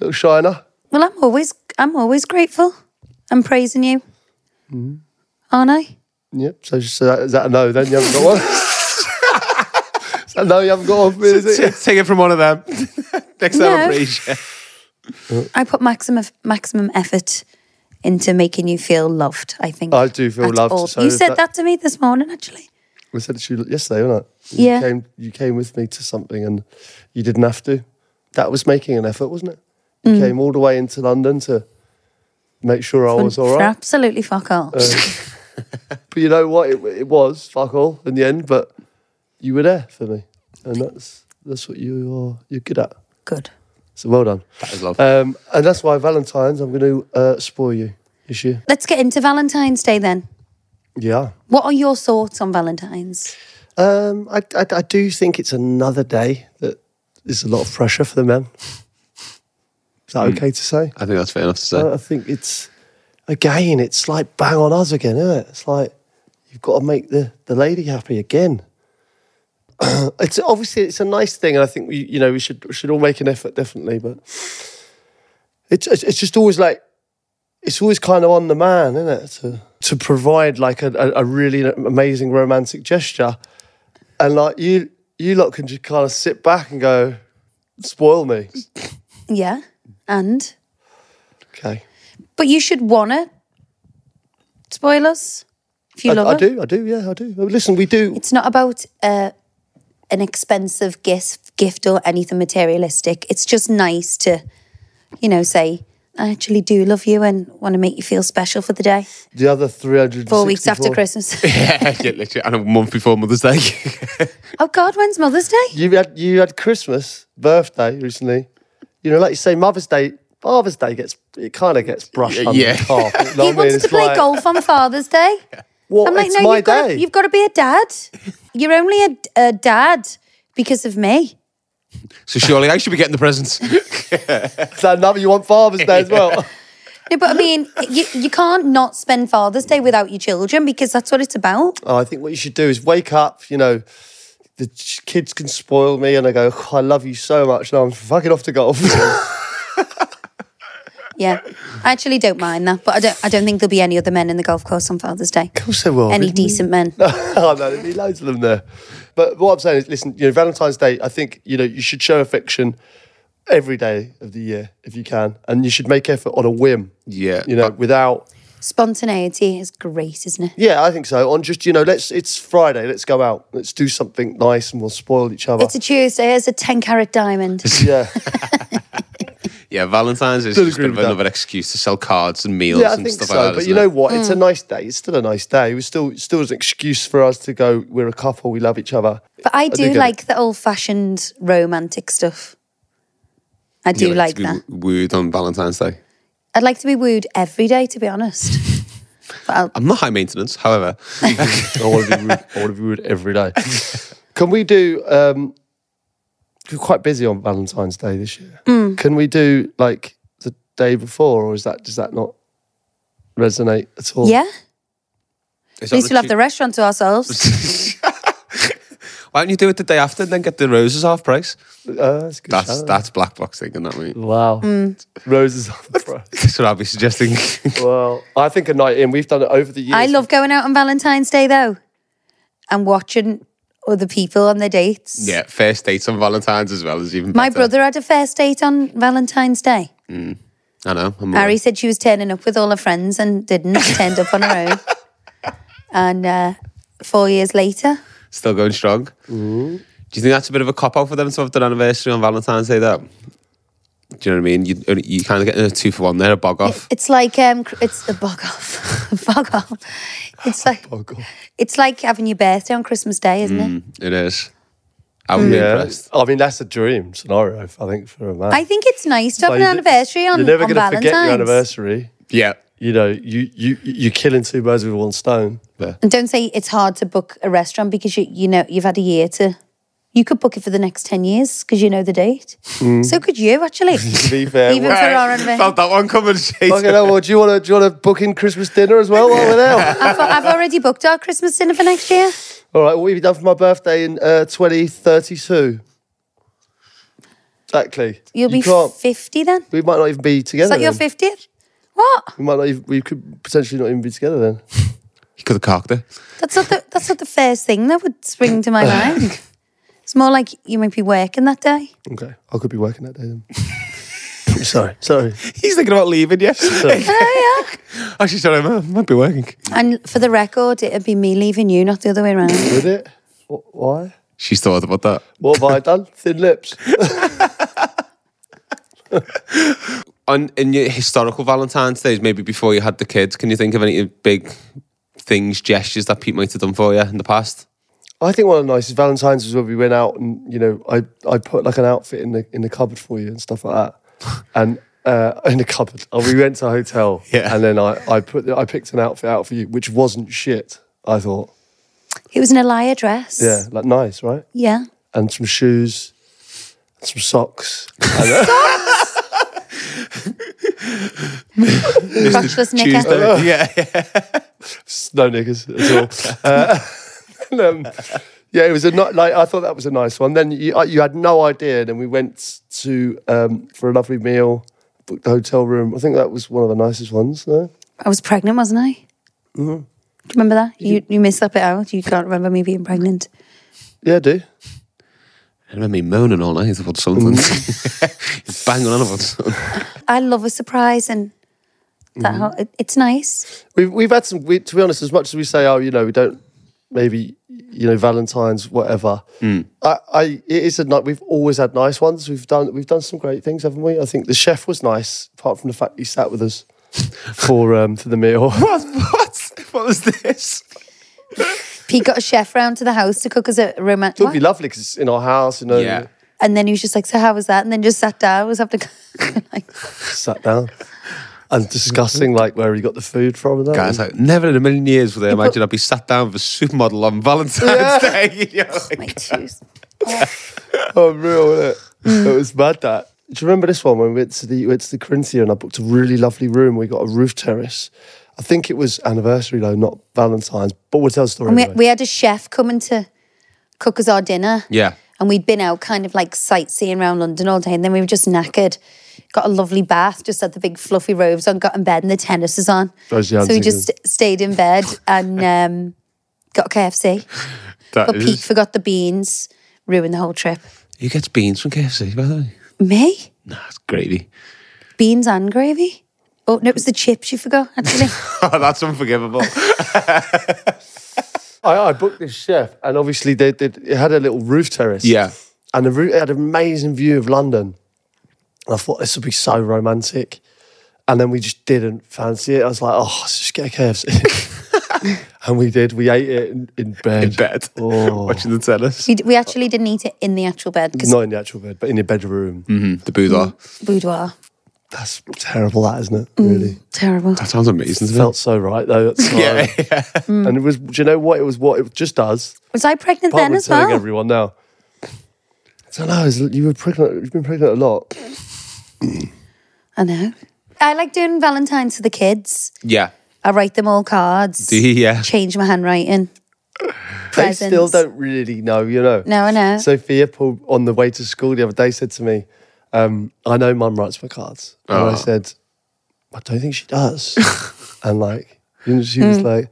S4: Little shiner.
S3: Well, I'm always I'm always grateful. I'm praising you, Mm. aren't I?
S4: Yep. So, so that, is that a no? Then you haven't got one. is that a no? You haven't got one. for me, is it?
S5: Take it from one of them. Next
S3: No.
S5: time I'm pretty sure.
S3: I put maximum maximum effort into making you feel loved. I think
S4: I do feel
S3: That's
S4: loved,
S3: all.
S4: so
S3: you
S4: if
S3: said
S4: that-
S3: that to me this morning, actually.
S4: We said it to you yesterday, wasn't it?
S3: Yeah.
S4: You came, you came with me to something, and you didn't have to. That was making an effort, wasn't it? You came all the way into London to make sure I was
S3: For-
S4: Oh, all
S3: for
S4: right. Uh,
S3: absolutely fuck all.
S4: But you know what? It, it was fuck all in the end, but you were there for me, and that's that's what you're you're good at.
S3: Good.
S4: So well done.
S5: That is love.
S4: Um, and that's why Valentine's, I'm going to uh, spoil you this year.
S3: Let's get into Valentine's Day then.
S4: Yeah.
S3: What are your thoughts on Valentine's?
S4: Um, I, I, I do think it's another day that is a lot of pressure for the men. that okay to say?
S5: I think that's fair enough to say.
S4: I, I think it's again, it's like bang on us again, isn't it? It's like you've got to make the, the lady happy again. it's obviously it's a nice thing, and I think we you know we should we should all make an effort definitely, but it's it's it's just always like it's always kind of on the man, isn't it? To to provide like a, a, a really amazing romantic gesture, and like you you lot can just kind of sit back and go, spoil me,
S3: Yeah. And
S4: okay.
S3: but you should wanna spoil us if you
S4: I,
S3: love
S4: I
S3: us.
S4: do, I do, yeah, I do. Listen, we do.
S3: It's not about uh, an expensive gift, gift or anything materialistic. It's just nice to, you know, say I actually do love you and want to make you feel special for the day.
S4: The other 300.
S3: Four weeks after Christmas.
S5: yeah, yeah, literally. And a month before Mother's Day.
S3: oh God, when's Mother's Day?
S4: You had you had Christmas, birthday recently. You know, like you say, Mother's Day, Father's Day gets it kind of gets brushed under
S5: Yeah.
S4: the carpet. you know
S3: He
S4: what I mean?
S3: wanted
S4: It's
S3: to play
S4: like,
S3: golf on Father's Day.
S4: What?
S3: I'm like,
S4: it's
S3: no,
S4: my
S3: you've got,
S4: day.
S3: to, you've got to be a dad. You're only a, a dad because of me.
S5: so surely I should be getting the presents.
S4: Is that another? You want Father's Day as well?
S3: No, but I mean, you, you can't not spend Father's Day without your children because that's what it's about.
S4: oh, I think what you should do is wake up. You know, the ch- kids can spoil me, and I go, "Oh, I love you so much. Now I'm fucking off to golf.
S3: Yeah, I actually don't mind that, but I don't. I don't think there'll be any other men in the golf course on Father's Day.
S4: of course, they will.
S3: Any
S4: Really?
S3: decent men?
S4: oh no, there'd be loads of them there. But what I'm saying is, listen, you know, Valentine's Day. I think you know you should show affection every day of the year if you can, and you should make effort on a whim.
S5: Yeah,
S4: you know,
S5: but-
S4: without.
S3: Spontaneity is great, isn't it?
S4: Yeah, I think so. On just you know, let's. It's Friday. Let's go out. Let's do something nice, and we'll spoil each other.
S3: It's a Tuesday. It's a ten carat diamond.
S4: yeah,
S5: yeah, Valentine's is
S4: Don't
S5: just
S4: agree
S5: been
S4: with that.
S5: another excuse to sell cards and meals
S4: yeah, I
S5: and
S4: think
S5: stuff
S4: so.
S5: like that.
S4: but
S5: isn't
S4: you
S5: it?
S4: know what? It's a nice day. It's still a nice day. We still it's still an excuse for us to go. We're a couple. We love each other.
S3: But I do
S4: get it.
S3: like the old fashioned romantic stuff. I do
S5: You
S3: like
S5: to be
S3: that.
S5: w- wooed on Valentine's Day.
S3: I'd like to be wooed every day, to be honest. But I'll,
S5: I'm not high maintenance, however.
S4: I want to be rude. I want to be rude every day. Can we do? Um, we're quite busy on Valentine's Day this year.
S3: Mm.
S4: Can we do like the day before, or is that does that not resonate at all?
S3: yeah.
S5: Is
S3: At least
S5: that
S3: we'll have the
S5: literally-
S3: restaurant to ourselves.
S5: Why don't you do it the day after and then get the roses half price?
S4: Uh, that's a good.
S5: That's
S4: shout.
S5: that's black box thinking that mate.
S4: Wow.
S3: Mm.
S4: Roses on the front.
S5: That's what I'll be suggesting.
S4: Well, I think a night in. We've done it over the years.
S3: I love going out on Valentine's Day though, and watching other people on their dates.
S5: yeah, first dates on Valentine's as well is even
S3: My
S5: better.
S3: brother had a first date on Valentine's Day.
S5: I know. I'm
S3: Harry said she was turning up with all her friends and didn't. She turned up on her own. And uh, four years later,
S5: Still going strong. Do you think that's a bit of a cop out for them to have their anniversary on Valentine's Day? That do you know what I mean? You you kind of getting a two for one there, a bog off.
S3: it's like um, cr- it's a bog off, bog off. It's like
S4: Oh,
S3: it's like having your birthday on Christmas Day, isn't it?
S4: Mm.
S5: It is. I would be
S4: Yeah.
S5: impressed.
S4: I mean, that's a dream scenario. I think for a man.
S3: I think it's nice to have
S4: Like,
S3: an anniversary on,
S4: You're never
S3: on
S4: gonna
S3: Valentine's.
S4: forget your anniversary.
S5: Yeah.
S4: You know, you you you're killing two birds with one stone.
S3: And don't say it's hard to book a restaurant because you you know you've had a year to. You could book it for the next ten years because you know the date.
S4: Mm.
S3: So could you actually?
S4: To be fair,
S3: Even for our anniversary.
S5: Felt that one coming.
S4: Okay,
S5: Shades.
S4: no, "Oh, well, do you want to do you want to book in Christmas dinner as well while we're there?
S3: I've, I've already booked our Christmas dinner for next year.
S4: All right, what have you done for my birthday in uh, 2032? Exactly.
S3: You'll
S4: You
S3: be
S4: can't.
S3: 50 then?
S4: we might not even be
S3: Is
S4: together.
S3: that your
S4: then.
S3: 50th? What?
S4: We might not. Even, we could potentially not even be together then.
S5: He could have cocked it.
S3: That's not the, that's not the first thing that would spring to my mind. It's more like you might be working that day.
S4: Okay, I could be working that day then. sorry, sorry.
S5: He's thinking about leaving. Yeah.
S3: Oh, yeah.
S5: Actually, sorry, I uh, might be working.
S3: And for the record, it'd be me leaving you, not the other way around.
S4: Would it? Wh- Why?
S5: She's thought about that.
S4: What have I done? Thin lips.
S5: on in your historical Valentine's days, maybe before you had the kids, can you think of any big things, gestures that Pete might have done for you in the past?
S4: I think one of the nicest Valentine's was when we went out and you know I I put like an outfit in the in the cupboard for you and stuff like that, and uh, in the cupboard. Oh, we went to a hotel,
S5: Yeah.
S4: and then I I put I picked an outfit out for you which wasn't shit. I thought,
S3: It was an Elia dress.
S4: yeah, like nice, right?
S3: Yeah.
S4: And some shoes, and some socks.
S3: Crotchless knicker.
S5: Tuesday. Yeah, yeah.
S4: no knickers at all. Uh, and, um, yeah, it was a not like I thought that was a nice one. Then you, I- you had no idea. and Then we went to um, for a lovely meal, booked a hotel room. I think that was one of the nicest ones. No,
S3: I was pregnant, wasn't I? Do you remember that? You, you missed that bit out. You can't remember me being pregnant.
S4: yeah, I do
S5: I remember me moaning all night about something. He's banging on about something.
S3: I love a surprise and that whole, it, it's nice.
S4: we've we've had some. We, to be honest, as much as we say, oh, you know, we don't maybe you know Valentine's whatever.
S5: Hmm.
S4: I, I it is a night. We've always had nice ones. We've done we've done some great things, haven't we? I think the chef was nice, apart from the fact he sat with us for um for the meal.
S5: What? What? What was this?
S3: Pete got a chef round to the house to cook us a
S4: It would be
S3: romantic.
S4: lovely because it's in our house, you know.
S5: Yeah.
S3: And then he was just like, so how was that? And then just sat down, was having a like, "Oh
S4: Sat down and discussing like where he got the food from. And that.
S5: Guys, like, never in a million years would I imagine I'd be sat down with a supermodel on Valentine's Day. You know, like-
S3: my shoes.
S4: unreal, Oh, wasn't it? It was mad that. Mm. Do you remember this one when we went to the went to the Corinthia and I booked a really lovely room? We got a roof terrace. I think it was anniversary though, not Valentine's. But we'll tell the story.
S3: And we,
S4: anyway.
S3: we had a chef coming to cook us our dinner.
S5: yeah.
S3: And we'd been out kind of like sightseeing around London all day. And then we were just knackered. Got a lovely bath, just had the big fluffy robes on, got in bed and the tennis is on.
S4: Those
S3: so we
S4: Jansen
S3: just st- stayed in bed and um, got KFC.
S5: That
S3: But
S5: is-
S3: Pete forgot the beans, ruined the whole trip.
S5: Who gets beans from KFC, by the way?
S3: Me?
S5: Nah, it's gravy.
S3: Beans and gravy? Oh, no, it was the chips you forgot, actually.
S5: Oh, That's unforgivable.
S4: I, I booked this chef, and obviously they, they it had a little roof terrace.
S5: Yeah.
S4: and the roof it had an amazing view of London. And I thought this would be so romantic, and then we just didn't fancy it. I was like, oh, let's just get a KFC. And we did. We ate it in, in bed.
S5: In bed,
S4: Oh.
S5: watching the tennis.
S3: we, d- we actually didn't eat it in the actual bed because
S4: Not in the actual bed, but in your bedroom.
S5: The boudoir.
S3: boudoir.
S4: That's terrible, that isn't it?
S3: Mm.
S4: Really,
S3: Terrible.
S5: That sounds amazing.
S4: it
S5: doesn't
S4: felt so right though. At the time.
S5: Yeah,
S4: and it was. Do you know what? It was what it just does.
S3: Was I pregnant Mm. then
S4: Apart from
S3: as
S4: telling
S3: well?
S4: everyone now. I don't know. it's- You were pregnant. You've been pregnant a lot.
S3: I know. I like doing Valentine's for the kids.
S5: it? Yeah.
S3: I write them all cards.
S5: Do you- yeah.
S3: Change my handwriting.
S4: They
S3: Presents.
S4: still don't really know. You know.
S3: No, I know.
S4: Sophia pulled on the way to school the other day said to me, um, "I know Mum writes my cards," and
S5: Ah.
S4: I said, "I don't think she does." and like, you know, she was
S3: Hmm.
S4: like,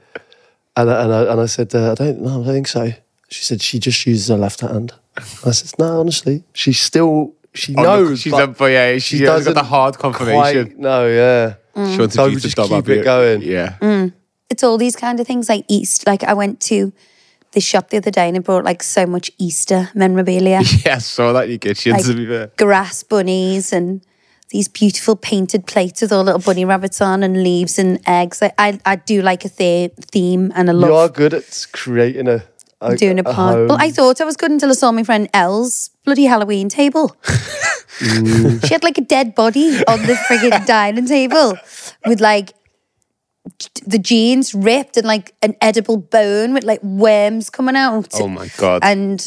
S4: and I, and I, and I said, uh, "I don't know, I don't think so." She said she just uses her left hand. I said, "No, honestly, she still she
S5: On the-
S4: knows
S5: she's
S4: but
S5: done- but yeah, she hasn't got the hard confirmation.
S4: quite- no, yeah,
S3: Mm.
S5: She wants
S4: So
S5: to
S4: we
S5: beat the
S4: just
S5: dub
S4: keep
S5: up
S4: it
S5: here.
S4: going.
S5: Yeah.
S3: It's all these kind of things like East. Like I went to this shop the other day and it brought like so much Easter memorabilia.
S5: Yeah, so that you get shit
S3: like
S5: to be fair.
S3: grass bunnies and these beautiful painted plates with all little bunny rabbits on and leaves and eggs. Like, I I do like a the- theme and I
S4: you are
S3: love
S4: good at creating a, a
S3: doing a pod. Well, I thought I was good until I saw my friend Elle's bloody Halloween table. she had like a dead body on the friggin' dining table with like j- the jeans ripped and like an edible bone with like worms coming out.
S5: Oh my god.
S3: And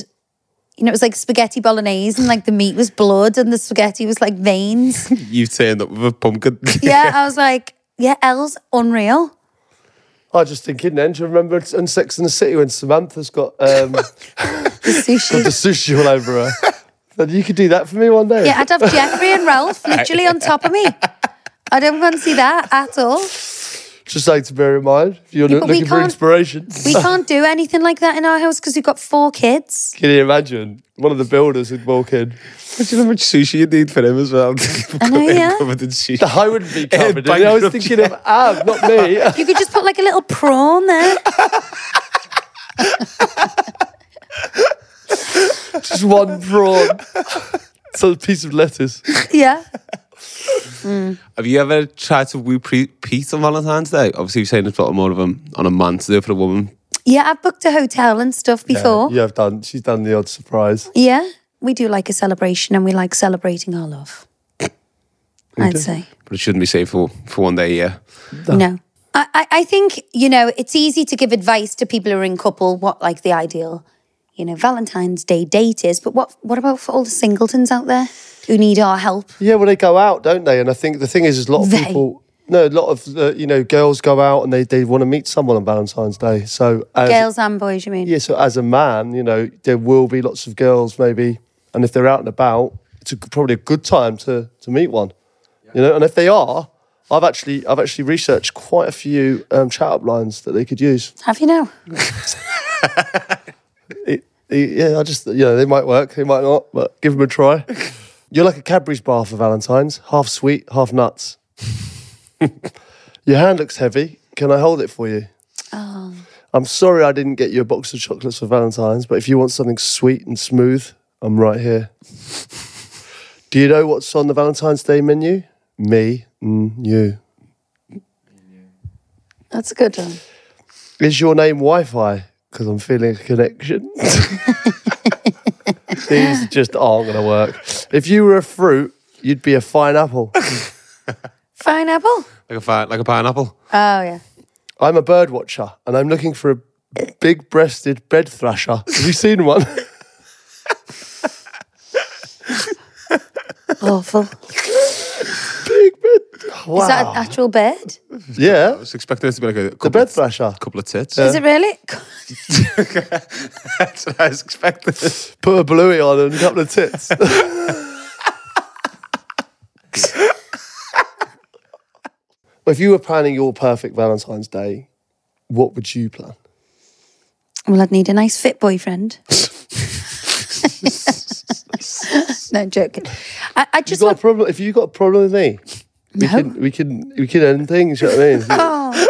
S3: you know, it was like spaghetti bolognese, and like the meat was blood, and the spaghetti was like veins.
S5: You've turned up with a pumpkin.
S3: Yeah, I was like, yeah, Elle's unreal.
S4: I was just thinking then. Do you remember in Sex and the City when Samantha's got um, got
S3: The sushi.
S4: the sushi all over her? Said, you could do that for me one day.
S3: Yeah, I'd have Jeffrey and Ralph literally on top of me. I don't fancy that at all.
S4: Just like to bear in mind, if you're
S3: Yeah, but we
S4: looking for
S3: can't-
S4: inspiration,
S3: We can't do anything like that in our house because we've got four kids.
S4: can you imagine? One of the builders would walk in.
S5: Imagine how much sushi you need for him as well.
S3: I know, yeah.
S5: Covered in sushi.
S4: I wouldn't be covered. in
S5: Bang
S4: it. I was
S5: up,
S4: thinking of Ab, not me.
S3: You could just put like a little prawn there.
S4: just one prawn. So a piece of lettuce.
S3: Yeah.
S5: Have you ever tried to woo pre- Pete on Valentine's Day? Obviously, you're saying it's sort of more of a, on a man to do it for a woman.
S3: Yeah, I've booked a hotel and stuff before.
S4: you have done. She's done the odd surprise.
S3: yeah. We do like a celebration and we like celebrating our love. I'd say.
S5: But it shouldn't be safe for, for one day a year.
S3: No. I, I- I think, you know, it's easy to give advice to people who are in couple what like the ideal, you know, Valentine's Day date is, but what what about for all the singletons out there? who need our help.
S4: Yeah, well, they go out, don't they? And I think the thing is, is a lot of
S3: They.
S4: people. No, a lot of uh, you know girls go out and they, they want to meet someone on Valentine's Day. So as,
S3: Girls and boys, you mean?
S4: yeah, so as a man, you know there will be lots of girls maybe, and if they're out and about, it's a, probably a good time to to meet one. You know, and if they are, I've actually I've actually researched quite a few um, chat up lines that they could use.
S3: Have you now?
S4: Yeah, I just you know they might work, they might not, but give them a try. You're like a Cadbury's bar for Valentine's, half sweet, half nuts. Your hand looks heavy. Can I hold it for you? I'm sorry I didn't get you a box of chocolates for Valentine's, but if you want something sweet and smooth, I'm right here. Do you know what's on the Valentine's Day menu? Me, mm, you.
S3: That's a good one.
S4: Is your name Wi-Fi? Because I'm feeling a connection. These just aren't going to work. If you were a fruit, you'd be a fine apple.
S3: Fine apple?
S5: Like a, fi- like a pineapple.
S3: Oh, yeah.
S4: I'm a bird watcher, and I'm looking for a big-breasted bed thrasher. Have you seen one?
S3: Awful.
S4: big bed. Wow.
S3: Is that an actual bird?
S4: yeah,
S5: I was expecting it to be like a couple,
S4: the bed
S5: of,
S4: thrasher.
S5: couple of tits.
S3: Is it
S4: Uh.
S3: really?
S5: That's what I was expecting.
S4: Put a bluey on and a couple of tits. if you were planning your perfect Valentine's Day, what would you plan?
S3: Well, I'd need a nice fit boyfriend. no, joking. I, I
S4: You
S3: just
S4: got a
S3: want.
S4: problem? If you got a problem with me, we can we can we can end things. You know what I mean?
S3: Oh.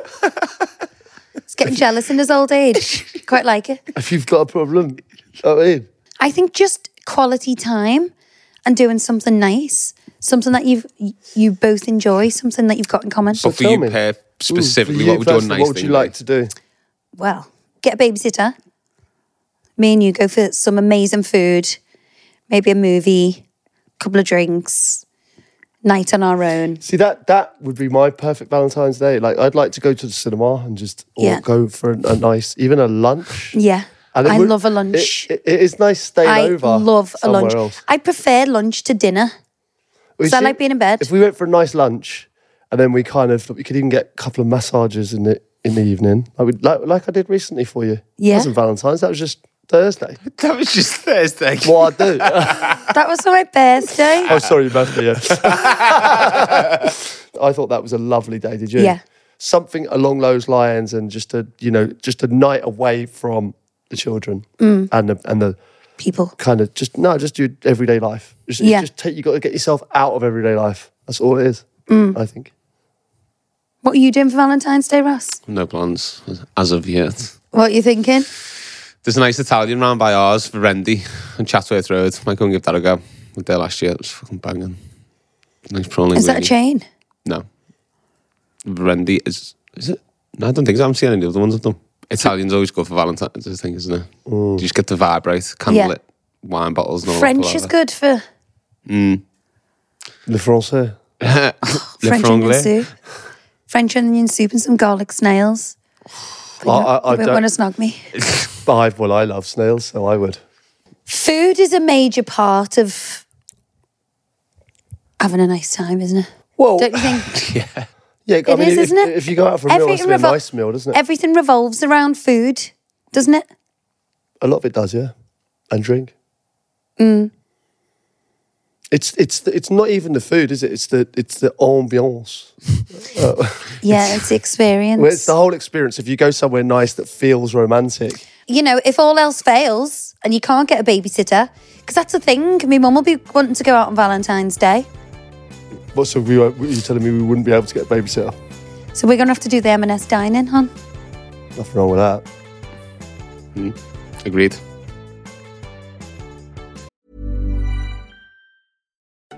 S3: It's getting jealous in his old age. Quite like it.
S4: if you've got a problem, you know what I mean.
S3: I think just quality time and doing something nice, something that you've you both enjoy, something that you've got in common.
S5: But for
S4: tell
S5: you,
S4: me.
S5: pair,
S4: Ooh, for
S5: specifically,
S4: you
S5: what would your
S4: personally,
S5: nice
S4: What would
S5: thing
S4: you
S5: be?
S4: like to do?
S3: well, get a babysitter. Me and you go for some amazing food, maybe a movie, a couple of drinks, night on our own.
S4: See that that would be my perfect Valentine's Day. Like I'd like to go to the cinema and just or
S3: Yeah.
S4: go for a, a nice even a lunch.
S3: Yeah.
S4: And it
S3: I
S4: would-
S3: love a lunch.
S4: It, it- it is nice staying
S3: I
S4: over.
S3: love a
S4: somewhere
S3: lunch.
S4: Else.
S3: I prefer lunch to dinner.
S4: Well, you
S3: So I like being in bed.
S4: If we went for a nice lunch, and then we kind of we could even get a couple of massages in the in the evening. I would like like I did recently for you.
S3: Yeah.
S4: It wasn't Valentine's. That was just Thursday.
S5: That was just Thursday.
S4: What I do?
S3: That was on my birthday.
S4: oh, sorry, your birthday. Yeah. I thought that was a lovely day. Did you?
S3: Yeah.
S4: Something along those lines, and just a you know just a night away from the children
S3: Mm.
S4: and the and the
S3: People.
S4: kind of just no, just do everyday life. Just,
S3: Yeah.
S4: just take you got to get yourself out of everyday life. That's all it is.
S3: Mm.
S4: I think.
S3: What are you doing for Valentine's Day, Ross?
S5: No plans as of yet.
S3: What are you thinking?
S5: There's a nice Italian round by ours, Verendi, on Chatsworth Road. Might go and give that a go. Went there last year. It was fucking banging. Nice prawning.
S3: Is that a
S5: really.
S3: chain?
S5: No. Verendi is is it? No, I don't think so. I haven't seen any of the ones of them. Italians always go for Valentine's, I think, isn't it? You just get to vibrate, candlelit wine bottles. And all that
S3: French is
S5: palaver.
S3: good for
S4: Le Francais.
S5: Le
S3: French onion
S5: franglais.
S3: soup. French onion soup and some garlic snails. But
S4: I-
S3: you
S4: I- I
S3: won't
S4: don't-
S3: want to snog me.
S4: I well, I love snails, so I would.
S3: Food is a major part of having a nice time, isn't it?
S4: Well,
S3: Don't you think?
S4: yeah, I
S3: It
S4: mean,
S3: is,
S4: if,
S3: isn't it?
S4: if you go out for a meal, it's
S3: Everything
S4: a
S3: revol-
S4: nice meal, doesn't it?
S3: Everything revolves around food, doesn't it?
S4: a lot of it does, yeah, and drink.
S3: Mm.
S4: It's it's the- it's not even the food, is it? It's the it's the ambiance. Uh,
S3: Yeah, it's the experience.
S4: Well, It's the whole experience. If you go somewhere nice that feels romantic,
S3: you know, if all else fails and you can't get a babysitter, because that's the thing, my mum will be wanting to go out on Valentine's Day.
S4: but so we were, you telling me we wouldn't be able to get a babysitter?
S3: So we're going to have to do the M&S dining, hon.
S4: Nothing wrong with that.
S5: Mm. Agreed.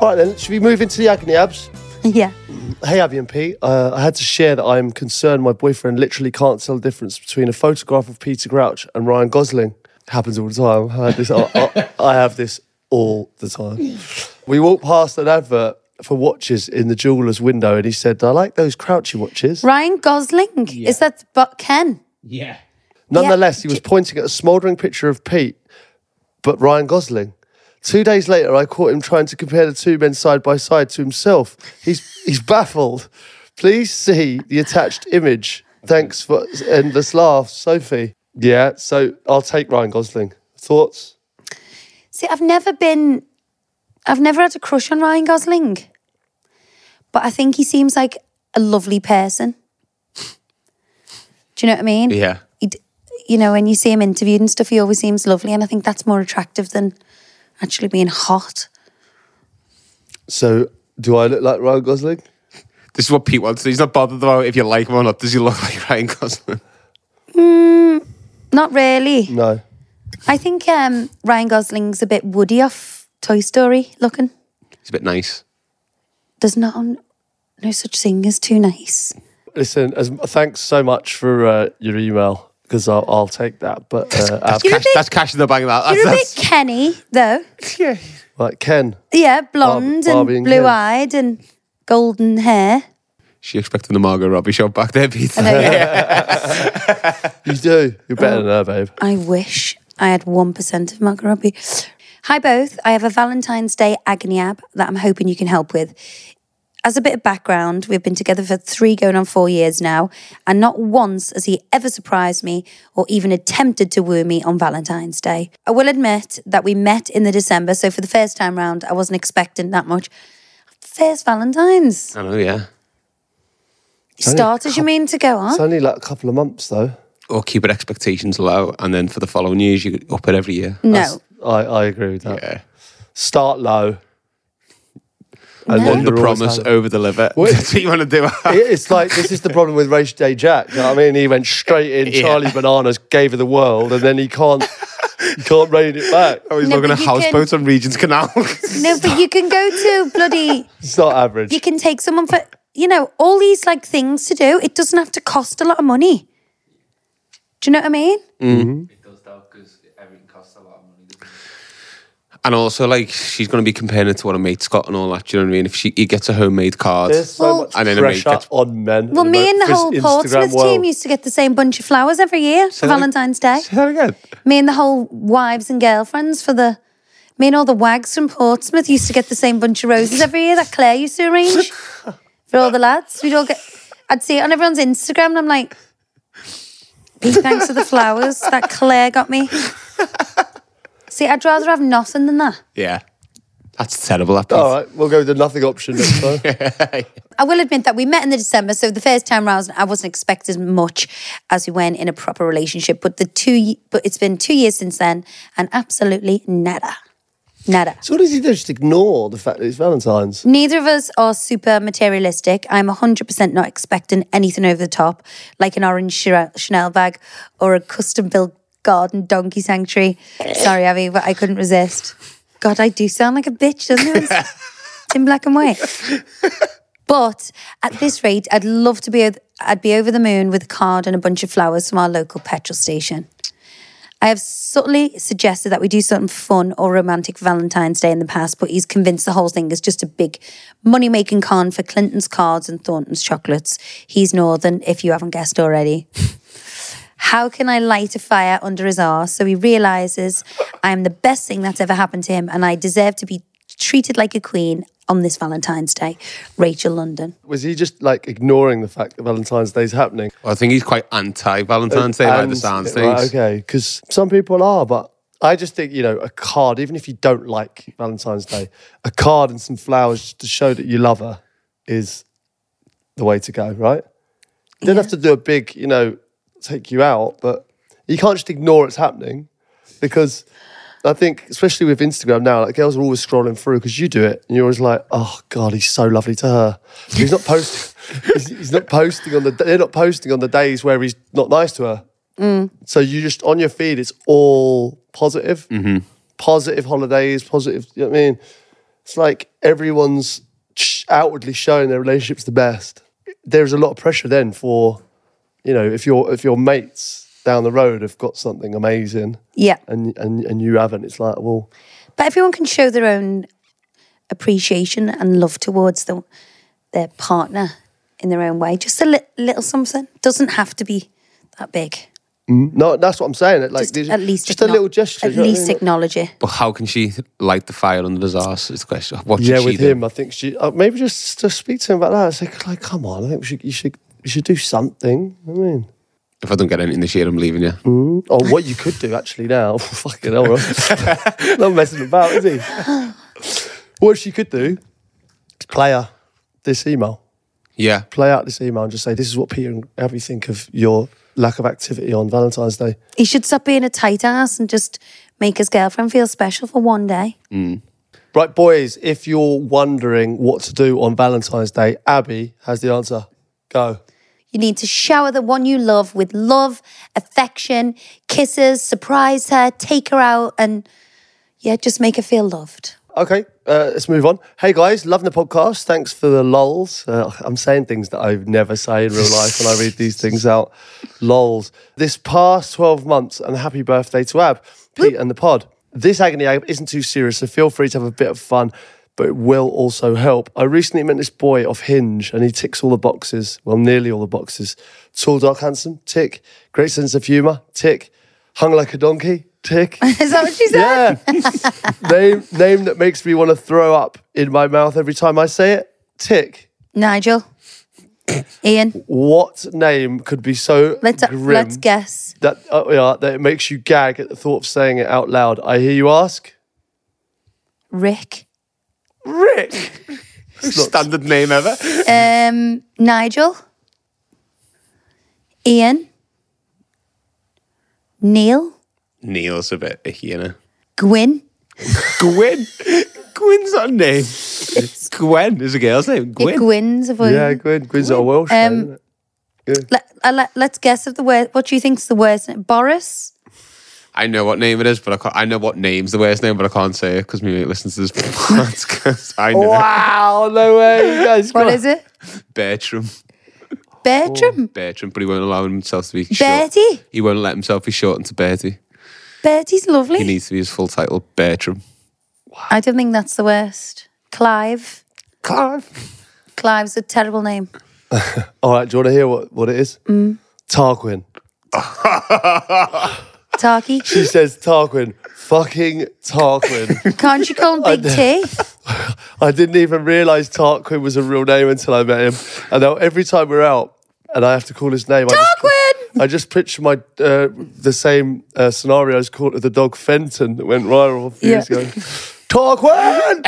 S4: All right, then, should we move into the agony abs?
S3: yeah.
S4: Hey, Abby and Pete, uh, I had to share that I am concerned my boyfriend literally can't tell the difference between a photograph of Peter Crouch and Ryan Gosling. It happens all the time. I, had this, I, I, I have this all the time. We walked past an advert for watches in the jeweller's window and he said, I like those Crouchy watches.
S3: Ryan Gosling. Is that but Ken?
S6: Yeah.
S4: Nonetheless, he was pointing at a smouldering picture of Pete, but Ryan Gosling. Two days later, I caught him trying to compare the two men side by side to himself. He's he's baffled. Please see the attached image. Thanks for endless laughs, Sophie. Yeah, so I'll take Ryan Gosling. Thoughts?
S3: See, I've never been, I've never had a crush on Ryan Gosling, but I think he seems like a lovely person. Do you know what I mean?
S5: Yeah.
S3: He d- you know, when you see him interviewed and stuff, he always seems lovely, and I think that's more attractive than actually being hot.
S4: So, do I look like Ryan Gosling?
S5: This is what Pete wants. He's not bothered about if you like him or not. Does he look like Ryan Gosling?
S3: Not really.
S4: No.
S3: I think um, Ryan Gosling's a bit woody off Toy Story looking.
S5: He's a bit nice.
S3: There's not no such thing as too nice.
S4: Listen, as, thanks so much for uh, your email because I'll, I'll take that. But uh, Ab-
S3: You're a
S5: Cash,
S3: bit-
S5: that's cash in the bag. That.
S3: You're a bit
S5: That's,
S3: Kenny though.
S4: like Ken,
S3: Yeah, blonde
S4: Barbie
S3: and
S4: and
S3: blue eyed and golden hair.
S5: she expecting the Margot Robbie shot back there, Pete.
S4: you do. You're better than her, babe.
S3: I wish I had 1% of Margot Robbie. Hi, both. I have a Valentine's Day agony ab that I'm hoping you can help with. As a bit of background, we've been together for three going on four years now, and not once has he ever surprised me or even attempted to woo me on Valentine's Day. I will admit that we met in the December, so for the first time round, I wasn't expecting that much. First Valentine's.
S5: I know, yeah.
S3: Starters, you mean to go on?
S4: It's only like a couple of months though.
S5: Or keep your expectations low, and then for the following years, you up it every year.
S3: no.
S4: I, I agree with that.
S5: Yeah.
S4: Start low.
S3: No.
S4: then
S5: Under
S4: you're always
S5: promise,
S4: happy.
S5: over deliver. That's what you want to do.
S4: It- It's like this is the problem with Race Day Jack. You know what I mean, he went straight in.
S5: Yeah.
S4: Charlie Bananas gave her the world, and then he can't he can't rein it back.
S5: I was
S3: No,
S5: looking
S3: but
S5: at
S3: you can-
S5: houseboats on Regent's Canal.
S3: No, but you can go to bloody.
S4: It's not average.
S3: you can take someone for you know all these like things to do it doesn't have to cost a lot of money do you know what i mean
S5: and also, like, she's going to be comparing it to what a mate's got and all that. Do you know what I mean? If she he gets a homemade card,
S4: There's so
S3: Well-
S4: much
S5: And then a mate
S4: pressure
S5: gets-
S4: on men.
S3: well
S4: at
S3: me and
S4: moment
S3: the
S4: for
S3: whole
S4: this
S3: portsmouth
S4: Instagram world.
S3: team used to get the same bunch of flowers every year for valentine's day
S5: Say that again.
S3: me and the whole wives and girlfriends for the me and all the wags from portsmouth used to get the same bunch of roses every year that claire used to arrange for all the lads we'd all get i'd see it on everyone's instagram and i'm like big thanks for the flowers that claire got me see i'd rather have nothing than that
S5: Yeah. That's terrible. That
S4: All right, we'll go with the nothing option next time.
S3: I will admit that we met in the December, so the first time round, I wasn't expecting much as we went in a proper relationship. But the two, but it's been two years since then, and absolutely nada, nada.
S4: So what does he do? Just ignore the fact that it's Valentine's.
S3: Neither of us are super materialistic. I'm 100% not expecting anything over the top, like an orange Chira- Chanel bag or a custom built garden donkey sanctuary. Sorry, Abby, but I couldn't resist. God, I do sound like a bitch, doesn't it? when It's it's in black and white. But at this rate, I'd love to be. I'd be over the moon with a card and a bunch of flowers from our local petrol station. I have subtly suggested that we do something fun or romantic Valentine's Day in the past, but he's convinced the whole thing is just a big money making con for Clinton's cards and Thornton's chocolates. He's Northern, if you haven't guessed already. How can I light a fire under his arse so he realizes I am the best thing that's ever happened to him and I deserve to be treated like a queen on this Valentine's Day? Rachel London.
S4: Was he just like ignoring the fact that Valentine's Day's happening?
S5: Well, I think he's quite anti Valentine's Day by the
S4: And-
S5: sounds of
S4: right,
S5: things.
S4: okay, because some people are, but I just think you know a card, even if you don't like Valentine's Day, a card and some flowers to show that you love her is the way to go, right? You don't have to do a big, you know, take you out, but you can't just ignore it's happening because I think, especially with Instagram now, like girls are always scrolling through because you do it, and you're always like, "Oh God, he's so lovely to her." But he's not posting. he's, he's not posting on the. They're not posting on the days where he's not nice to her. So you just on your feed, it's all positive, positive holidays, positive. You know what I mean? It's like everyone's sh- outwardly showing their relationship's the best. There's a lot of pressure then for, you know, if your if your mates down the road have got something amazing
S3: Yeah.
S4: and and and you haven't, it's like well,
S3: But everyone can show their own appreciation and love towards the, their partner in their own way. Just a li- little something. Doesn't have to be that big.
S4: no, that's what I'm saying. It like
S3: Just
S4: these-
S3: at least
S4: just a
S3: acknow-
S4: little gesture.
S3: At
S4: you know what I
S3: least
S4: mean?
S3: acknowledge it.
S5: But how can she light the fire under his arse? Is the question. What did
S4: yeah,
S5: she
S4: with
S5: do?
S4: him, I think she uh, maybe just just speak to him about that. It's like, like come on, I think we should you should you should do something. I mean.
S5: If I don't get anything this year, I'm leaving you.
S4: Or what you could do actually now. Fucking hell, Ross. not messing about, is he? What she could do is play her this email.
S5: Yeah.
S4: Play out this email and just say, this is what Peter and Abby think of your lack of activity on Valentine's Day.
S3: He should stop being a tight ass and just make his girlfriend feel special for one day.
S4: Right, boys, if you're wondering what to do on Valentine's Day, Abby has the answer. Go.
S3: You need to shower the one you love with love, affection, kisses, surprise her, take her out, and yeah, just make her feel loved.
S4: Okay, uh, let's move on. Hey guys, loving the podcast. Thanks for the lols. Uh, I'm saying things that I never say in real life when I read these things out. Lols. This past 12 months, and happy birthday to Ab, Pete, and the pod. This agony Ab isn't too serious, so feel free to have a bit of fun, but it will also help. I recently met this boy off Hinge, and he ticks all the boxes. Well, nearly all the boxes. Tall, dark, handsome. Tick. Great sense of humour. Tick. Hung like a donkey. Tick.
S3: Is that what she said?
S4: Yeah. name name that makes me want to throw up in my mouth every time I say it. Tick.
S3: Nigel, Ian,
S4: What name could be so
S3: let's uh,
S4: grim
S3: let's guess.
S4: that uh, yeah, that it makes you gag at the thought of saying it out loud? I hear you ask.
S3: Rick,
S4: Rick.
S5: Standard name ever.
S3: um, Nigel, Ian, Neil,
S5: Neil's a bit icky, you know.
S3: Gwyn.
S5: Gwen. Gwen's not a name. Gwen is a girl's name.
S3: Yeah,
S5: Gwen.
S3: Gwyn's a voice.
S4: Yeah, Gwyn. Gwyn's not a Welsh
S3: Um,
S4: name. is
S3: Let, uh, let, let's guess at the worst. What do you think's the worst? Boris?
S5: I know what name it is, but I can't, I know what name's the worst name, but I can't say it because my mate listens to this podcast. I know
S4: it? Wow, no way, you guys.
S3: What is it?
S5: Bertram.
S4: Oh,
S3: Bertram?
S5: Bertram, but he won't allow himself to be short.
S3: Bertie?
S5: He won't let himself be shortened to Bertie.
S3: Bertie's lovely.
S5: He needs to be his full title, Bertram.
S3: I don't think that's the worst. Clive?
S5: Clive.
S3: Clive's a terrible name.
S4: All right, do you want to hear what, what it is?
S3: Mm.
S4: Tarquin.
S3: Tarky?
S4: She says Tarquin. Fucking Tarquin.
S3: Can't you call him Big T?
S4: I didn't even realise Tarquin was a real name until I met him. And now every time we're out and I have to call his name, I
S3: Tarquin!
S4: just, I just picture my uh, the same uh, scenario as caught with the dog Fenton that went viral a few years
S3: Yeah.
S4: ago. Tarquin!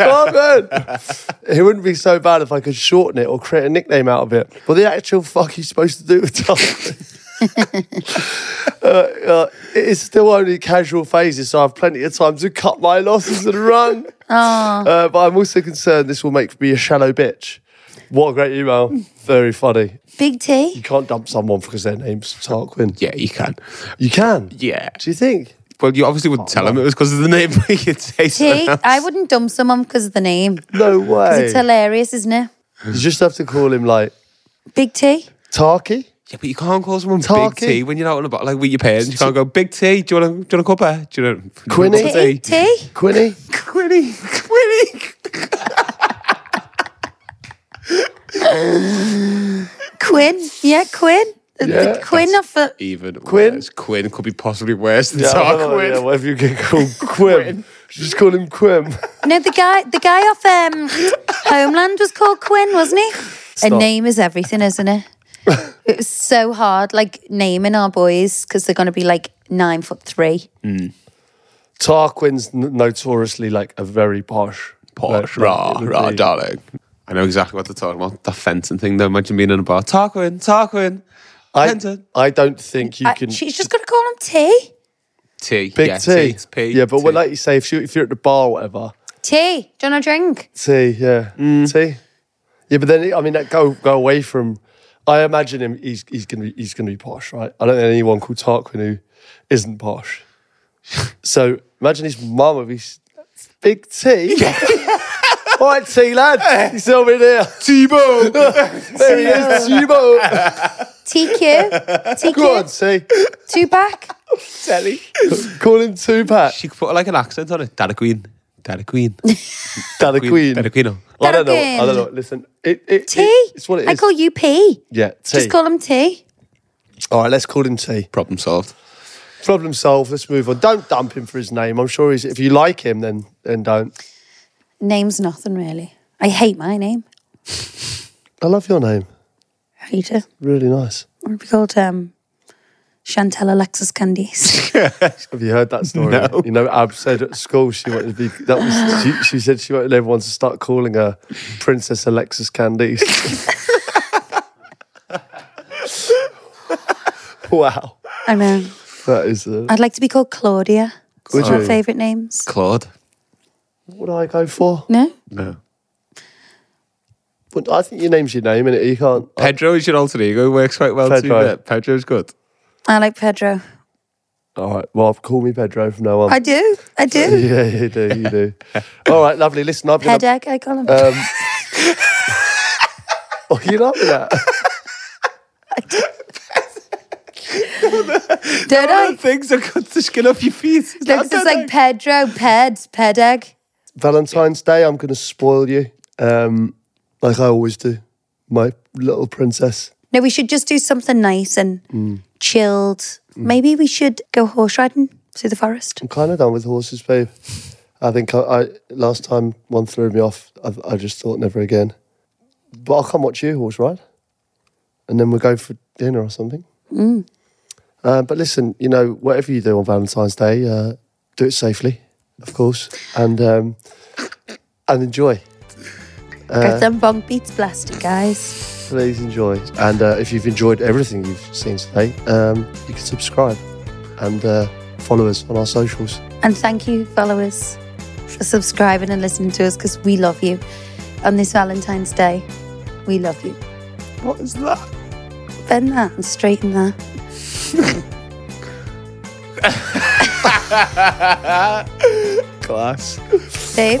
S4: Tarquin! it wouldn't be so bad if I could shorten it or create a nickname out of it. But the actual fuck he's supposed to do with Tarquin. uh, uh, it's still only casual phases, so I have plenty of time to cut my losses and run. Uh, but I'm also concerned this will make me a shallow bitch. What a great email. Very funny.
S3: Big
S4: You
S3: T?
S4: can't dump someone because their name's Tarquin.
S5: Yeah, you can.
S4: You can.
S5: Yeah. Oh,
S4: Do you think?
S5: Well, you obviously wouldn't tell him it was because of the name, but you'd say
S3: T?
S5: something else.
S3: I wouldn't dump someone because of the name.
S4: No way.
S3: It's hilarious, isn't it?
S4: You just have to call him like
S3: Big T?
S4: Tarky.
S5: Yeah, but you can't call someone
S4: Talkie.
S5: Big T when you're out and about, like with your parents. You can't go, Big T, do you want to, do you want a cuppa? Do you know?
S3: Tea?
S4: Quinny.
S3: Tea?
S4: Quinny.
S5: Quinny. Quinny.
S3: Quinn. Yeah, Quinn. The- the
S4: Yeah.
S3: Quinn of uh, the
S5: Even
S4: Quinn?
S5: worse. Quinn could be possibly worse than
S4: Yeah, I
S5: Tar
S4: don't know,
S5: Quinn.
S4: yeah, whatever you get called. Quim. Just call him Quim.
S3: No, the guy the guy off um, Homeland was called Quinn, wasn't he? A name is everything, isn't it? it was so hard, like naming our boys, because they're gonna be like nine foot three.
S4: Tarquin's n- notoriously like a very posh.
S5: Posh,
S4: like,
S5: rah,
S4: it'll
S5: rah,
S4: be-
S5: darling. I know exactly what they're talking about. That fencing thing, though. Imagine being in a bar. Tarquin, Tarquin.
S4: I,
S5: Fenton.
S4: I don't think
S5: Uh,
S4: you
S3: I-
S4: can.
S3: she's just gonna call him T.
S5: T.
S4: Big
S5: yeah,
S4: T.
S5: It's P.
S4: Yeah, but
S5: T.
S4: well, like you say, if, you, if you're at the bar or whatever,
S3: T. Do you want a drink?
S4: T, yeah.
S3: Mm.
S4: T. Yeah, but then, I mean, that go, go away from. I imagine him, he's, he's going to be he's gonna be posh, right? I don't know anyone called Tarquin who isn't posh. so imagine his mum would be s- big T. All right, T, lad. He's over there.
S5: Tebow.
S4: There he is, Tebow.
S3: TQ.
S4: Go on,
S3: TQ.
S4: T.
S3: Two back.
S5: Telly.
S4: Call him Tupac.
S5: She could put like an accent on it. Dada Queen. Dada Queen.
S4: Dada Queen.
S5: Dada Queen.
S4: I don't know. I
S3: Tarquin.
S4: don't know. Listen, it, it,
S3: T.
S4: it- it's what it is.
S3: I call you P.
S4: yeah, T.
S3: Just call him T.
S4: All right, let's call him T.
S5: Problem solved.
S4: Problem solved. Let's move on. Don't dump him for his name. I'm sure he's. If you like him, then then don't.
S3: Name's nothing really. I hate my name.
S4: I love your name.
S3: I hate it.
S4: Really nice.
S3: What would be called um Chantel Alexis Candice.
S4: Have you heard that story? You know, Ab said at school she wanted to be. That was. She, she said she wanted everyone to start calling her Princess Alexis Candice. wow,
S3: I know.
S4: that is. uh, A,
S3: I'd like to be called Claudia. It's
S4: Would
S3: one of
S4: you?
S3: my favourite names.
S5: Claude.
S4: what do I go for?
S3: No?
S5: No.
S4: But I think your name's your name, and you can't.
S5: Pedro is your alter ego. Works quite well
S4: Pedro.
S5: too. yeah. Pedro's good.
S3: I like Pedro.
S4: All right. Well, call me Pedro from now on.
S3: I do. I do.
S4: yeah, you do. You do. All right, lovely. Listen, I've been a-
S3: Pedeg, I call him.
S4: Uh, Um, Oh, you love that.
S3: Don't I?
S5: Things are good to skin off your feet.
S3: No, 'cause it's like Pedro, Ped, Pedeg.
S4: Valentine's Day, I'm going to spoil you, um, like I always do, my little princess.
S3: No, we should just do something nice and
S4: Mm.
S3: chilled. Maybe we should go horse riding through the forest.
S4: I'm kind of done with horses, babe. I think I, I last time one threw me off. I, I just thought never again. But I'll come watch you horse ride, and then we'll go for dinner or something. Uh, but listen, you know, whatever you do on Valentine's Day, uh, do it safely, of course, and um, and enjoy. Uh.
S3: Get them bonk beats blasted, guys.
S4: please enjoy. And uh, if you've enjoyed everything you've seen today, um, you can subscribe and uh, follow us on our socials.
S3: And thank you, followers, for subscribing and listening to us because we love you. On this Valentine's Day, we love you.
S5: What is that?
S3: Bend that and straighten that.
S5: Class.
S3: Dave?